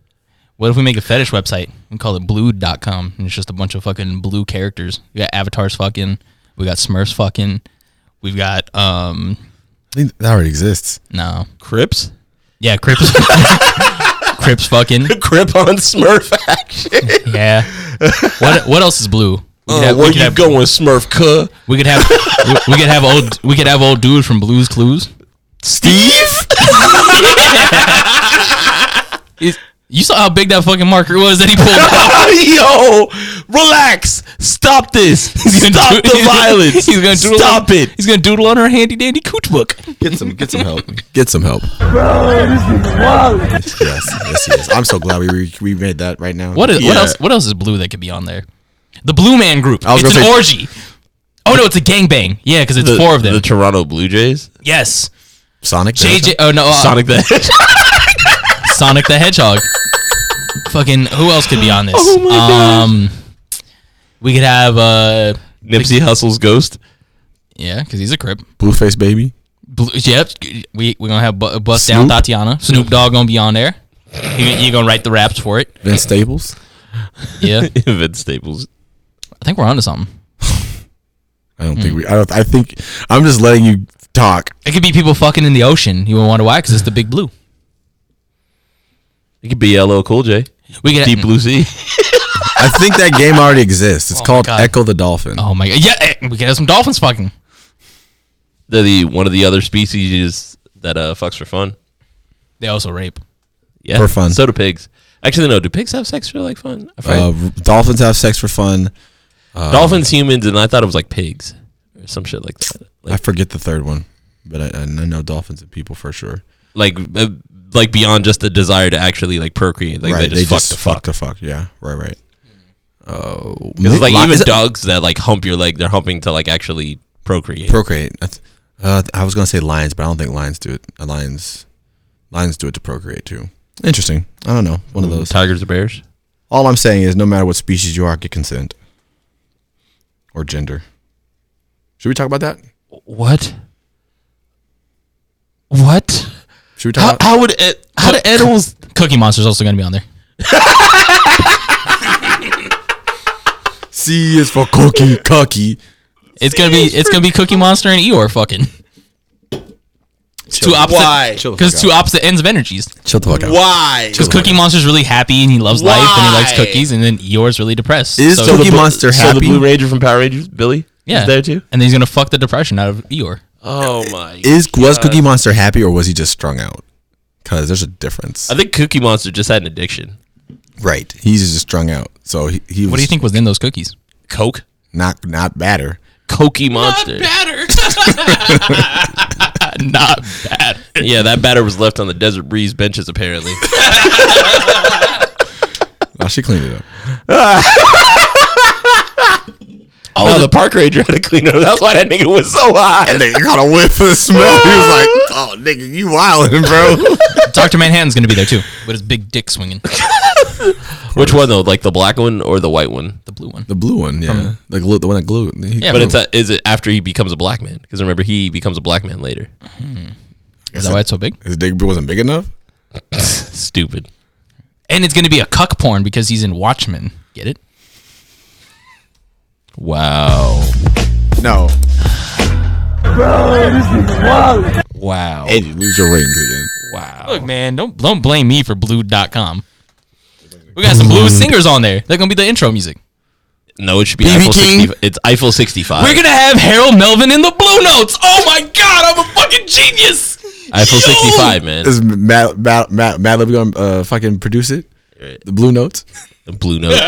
S2: What if we make a fetish website and call it blued.com and it's just a bunch of fucking blue characters? We got avatars fucking, we got smurfs fucking, we've got um
S4: I think that already exists.
S2: no.
S3: Crips?
S2: Yeah, Crips <laughs> Crips fucking.
S3: Crip on Smurf action.
S2: Yeah. What what else is blue? We could
S3: Uh,
S2: have- we
S3: where
S2: could
S3: you
S2: have-
S3: going, Smurf cuh?
S2: We could have we, we could have old we could have old dude from Blues Clues.
S3: Steve?
S2: Is- you saw how big that fucking marker was that he pulled out.
S3: <laughs> <laughs> Yo, relax. Stop <laughs> this. Stop the violence.
S2: He's gonna doodle
S3: Stop
S2: on,
S3: it.
S2: He's gonna doodle on her handy dandy cooch book.
S4: Get some get some <laughs> help. Get some help. yes, yes, yes. I'm so glad we re- we made that right now.
S2: What is what
S3: Yeah.
S2: else? What else is blue that could be on there? The Blue Man Group.
S4: I was
S2: It's an
S4: gonna say-
S2: orgy. Oh no, it's a gangbang. Yeah, because it's four of them.
S3: The Toronto Blue Jays.
S2: yes,
S4: Sonic?
S2: JJ. Oh no, uh, <laughs> Sonic.
S3: Sonic the <laughs>
S2: the Hedgehog.
S3: Hedgehog.
S2: Fucking who else could be on this? Oh my um, we could have uh,
S3: Nipsey Hussle's ghost.
S2: yeah, because he's a crip.
S4: Blueface baby.
S2: Blue, yep, we we gonna have bu- bust down
S4: Snoop?
S2: Tatiana. Snoop Dogg gonna be on there. You, you gonna write the raps for it?
S4: Vince Staples.
S2: Yeah,
S3: <laughs> Vince Staples.
S2: I think we're onto something.
S4: I don't
S2: Hmm.
S4: think we I don't I think I'm just letting you talk.
S2: It could be people fucking in the ocean. You wanna wonder why? Because it's the big blue.
S3: It could be LL Cool J.
S2: We could
S3: Deep Blue Sea.
S4: I think that game already exists.
S3: Oh
S4: It's
S2: my
S4: called
S2: God.
S4: Echo the Dolphin. Uh,
S2: Oh my god! Yeah, eh, we could have some dolphins fucking.
S3: <laughs> They're the one of the other species that uh fucks for fun.
S2: They also rape.
S3: Yeah,
S4: For fun.
S3: So do pigs. Actually, no. Do pigs have sex for like fun? I forget.
S4: Uh, dolphins have sex for fun.
S3: Dolphins, humans, and I thought it was like pigs or some shit like that.
S4: I
S3: Like,
S4: forget the third one, but I, I know dolphins and people for sure.
S3: like, uh, like beyond just the desire to actually like procreate. Like they just fuck to fuck.
S4: to fuck. Yeah, right, right. Oh,
S3: 'Cause it's like
S4: li-
S3: even
S4: is it-
S3: dogs that like hump your leg, they're humping to like actually procreate.
S4: procreate. I th- Uh, I was gonna say lions, but I don't think lions do it. Uh, lions, lions do it to procreate too. Interesting. I don't know. One of those.
S3: Tigers or bears?
S4: All I'm saying is, no matter what species you are, get consent or gender. Should we talk about that?
S3: What? What?
S4: Should we talk?
S3: How,
S4: about-
S3: how would it, how do animals?
S2: Cookie Monster's also gonna be on there.
S4: C is for cookie, cookie.
S2: It's gonna be it's gonna be Cookie Monster and Eeyore
S3: Oh
S2: fucking. It's two opposite.
S4: Why? Chill the
S2: Because
S4: fuck
S2: two opposite ends of energies.
S4: Chill the fuck out.
S3: Why?
S2: Because Cookie Monster's really happy and he loves life and he likes
S3: Why?
S2: cookies, and then Eeyore's really depressed.
S4: Is
S2: so,
S4: the- Cookie
S3: Bl-
S4: Monster
S3: So the
S4: happy?
S3: Blue Ranger from Power Rangers, Billy,
S2: yeah,
S3: is there too.
S2: And then he's gonna fuck the depression out of Eeyore.
S3: Oh my!
S4: Is
S2: Uh,
S4: was Cookie Monster happy or was he just strung out? Because there's a
S2: Uh,
S4: difference.
S3: I think Cookie Monster just had an addiction.
S4: Right. He's just strung out. So he, he was
S2: What do you think was in those
S3: <laughs>
S2: cookies?
S3: Coke,
S4: not not batter.
S3: Cokey Monster. <laughs>
S4: <laughs>
S2: Batter. Not bad.
S3: yeah, that batter was left on the Desert Breeze benches
S4: <laughs>
S3: apparently.
S4: Oh, she cleaned <laughs> it up.
S3: oh, the, park ranger had to clean up. That's why that nigga was so high.
S4: And then he got a whiff of the smell. <laughs> He was like, Oh nigga, you wildin', bro.
S2: Doctor Manhattan's gonna be there too, with his big dick
S3: <laughs>
S2: swinging.
S3: Which one though? Like the black one or the white one?
S2: The blue one.
S4: <laughs> the blue one, yeah. the glue the one that glued. He-
S2: Yeah,
S3: But it's a, is it after he becomes a black man? Because remember, he becomes a black man later.
S2: Is that why it's so big?
S4: his dick wasn't big enough?
S3: Stupid.
S2: And it's gonna be a cuck porn because he's in Watchmen. Get it?
S3: Wow.
S4: No.
S3: Wow.
S4: And you lose your ratings again.
S3: wow.
S2: Look, man, don't don't blame me for blue.com. We got some blue singers on there. They're gonna be the intro music.
S3: No, it should be
S4: BB
S3: Eiffel
S4: King?
S3: 65. It's Eiffel 65.
S2: We're gonna have Harold Melvin in the blue notes. Oh my god, I'm a fucking genius.
S3: Eiffel
S2: Yo!
S3: 65, man.
S4: Is Matt Matt Matt Madlib gonna uh, fucking produce it? The Blue Notes?
S3: Blue Note.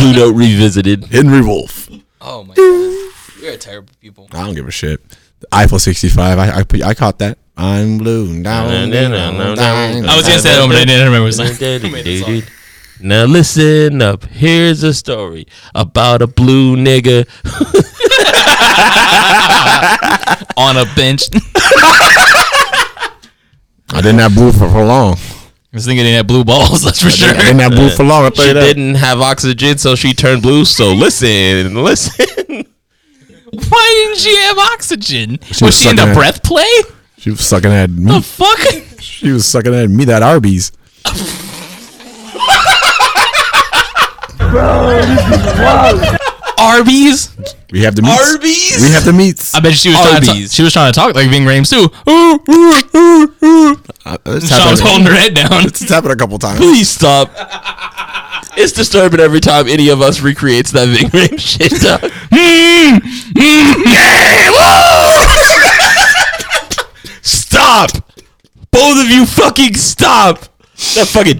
S3: Blue Note revisited.
S4: Henry Wolf.
S2: Oh my god, you're a terrible people.
S4: I don't give a shit. Eiffel 65. I I, put, I caught that. I'm blue. Down, down, down.
S2: I was gonna say that, but I didn't remember. What it was.
S3: Now listen up. Here's a story about a blue nigga
S2: on a bench.
S3: <laughs>
S4: I didn't have blue for, for long.
S2: This nigga didn't have blue balls. <laughs> That's for sure.
S4: And that blue for long. I tell
S3: She
S4: you that.
S3: didn't have oxygen, so she turned blue. So listen, listen.
S2: Why didn't she have oxygen?
S4: She
S2: was,
S4: was
S2: she in the
S4: sucking it.
S2: breath play?
S4: She was sucking at
S2: The
S3: Oh.
S4: me.
S2: fuck?
S4: She was sucking at me. That Arby's.
S2: Arby's?
S4: We have the
S3: <laughs>
S4: meats.
S3: Arby's?
S4: We have the meats.
S2: I bet she was trying to.
S3: Arby's.
S2: She was trying to talk like Ving Rhames too. Ooh, ooh, ooh, ooh.
S4: Uh, it's
S2: Sean was
S4: happened,
S2: holding her head down.
S4: it's happened a
S3: <laughs>
S4: couple <laughs> times.
S3: Please stop. It's disturbing every time any of us recreates that Ving Rhames shit. dog. stop! Both of you fucking stop! That fucking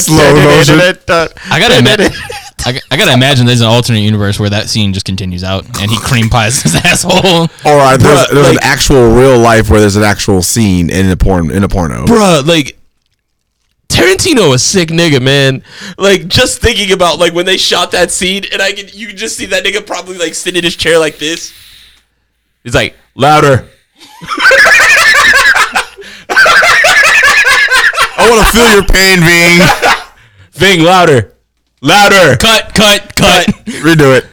S4: Slow motion.
S2: I gotta imagine. I, g- I gotta imagine there's an alternate universe where that scene just continues out and he cream pies his <laughs> asshole.
S4: All right, there's,
S3: Bruh,
S4: there's an
S3: like-
S4: actual real life where there's an actual scene in a porn in a porno.
S3: Bruh, like Tarantino a sick nigga, man. Like just thinking about like when they shot that scene and I can you can just see that nigga probably like sitting in his chair like this. He's like, louder.
S4: I want to feel your pain, Ving.
S3: Ving louder. <laughs> Louder.
S2: Cut, cut, cut.
S4: Redo it.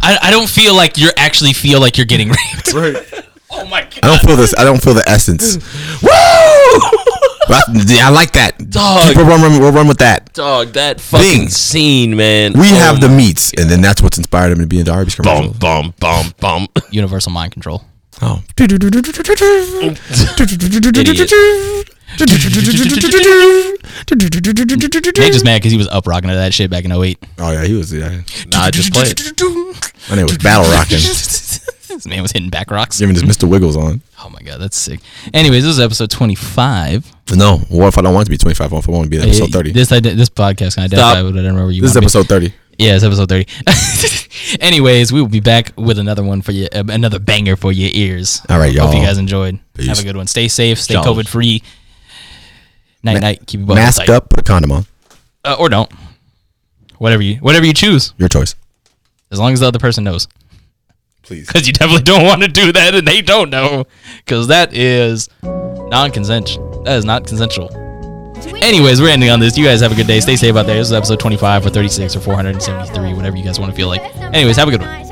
S2: I, I don't feel like you're actually feel like you're getting <laughs> raped.
S3: <laughs> Oh my
S4: I
S3: god.
S4: don't feel this. I don't feel the
S3: <laughs>
S4: essence.
S3: Woo!
S4: But I, I like that.
S3: Dog.
S4: People run, run, we'll run with that.
S3: Dog, that fucking
S4: Ving.
S3: scene, man.
S4: We
S3: Oh
S4: have the
S3: my-
S4: meats, and then that's what's inspired him to be in the Arby's commercial.
S3: bum bum bum bum. <laughs>
S2: Universal mind control.
S4: Oh.
S2: Nate just mad because he was up rocking to that shit back in 08.
S4: oh yeah, he was. Yeah.
S3: Nah, just play it.
S4: My name was Battle Rockin'.
S2: <laughs> this man was hitting back rocks.
S4: Giving this Mr. Wiggles on.
S2: Oh my god, that's sick. Anyways, this is episode 25.
S4: No, what if I don't want it to be 25? What if I want to be episode 30? This,
S2: This I did- this podcast can identify with whatever you
S4: is
S2: want.
S4: episode 30.
S2: Yeah, it's episode 30. <laughs> Anyways, we will be back with another one for you, uh, another banger for your ears.
S4: All right,
S2: Hope you
S4: y'all.
S2: guys enjoyed. Have
S4: Peace.
S2: a good one. Stay safe. Stay
S3: Y'all.
S2: COVID free. Night night. Keep your butt
S4: Masked up, put a condom on.
S2: uh, or don't. Whatever you whatever you choose,
S4: Your choice.
S2: as long as the other person knows.
S4: Please.
S2: Because you definitely don't want to do that, and they don't know. Because that is non-consent. That is not consensual. Anyways, we're ending on this. You guys have a good day. Stay safe out there. This is episode 25 or 36 or 473, whatever you guys want to feel like. Anyways, have a good one.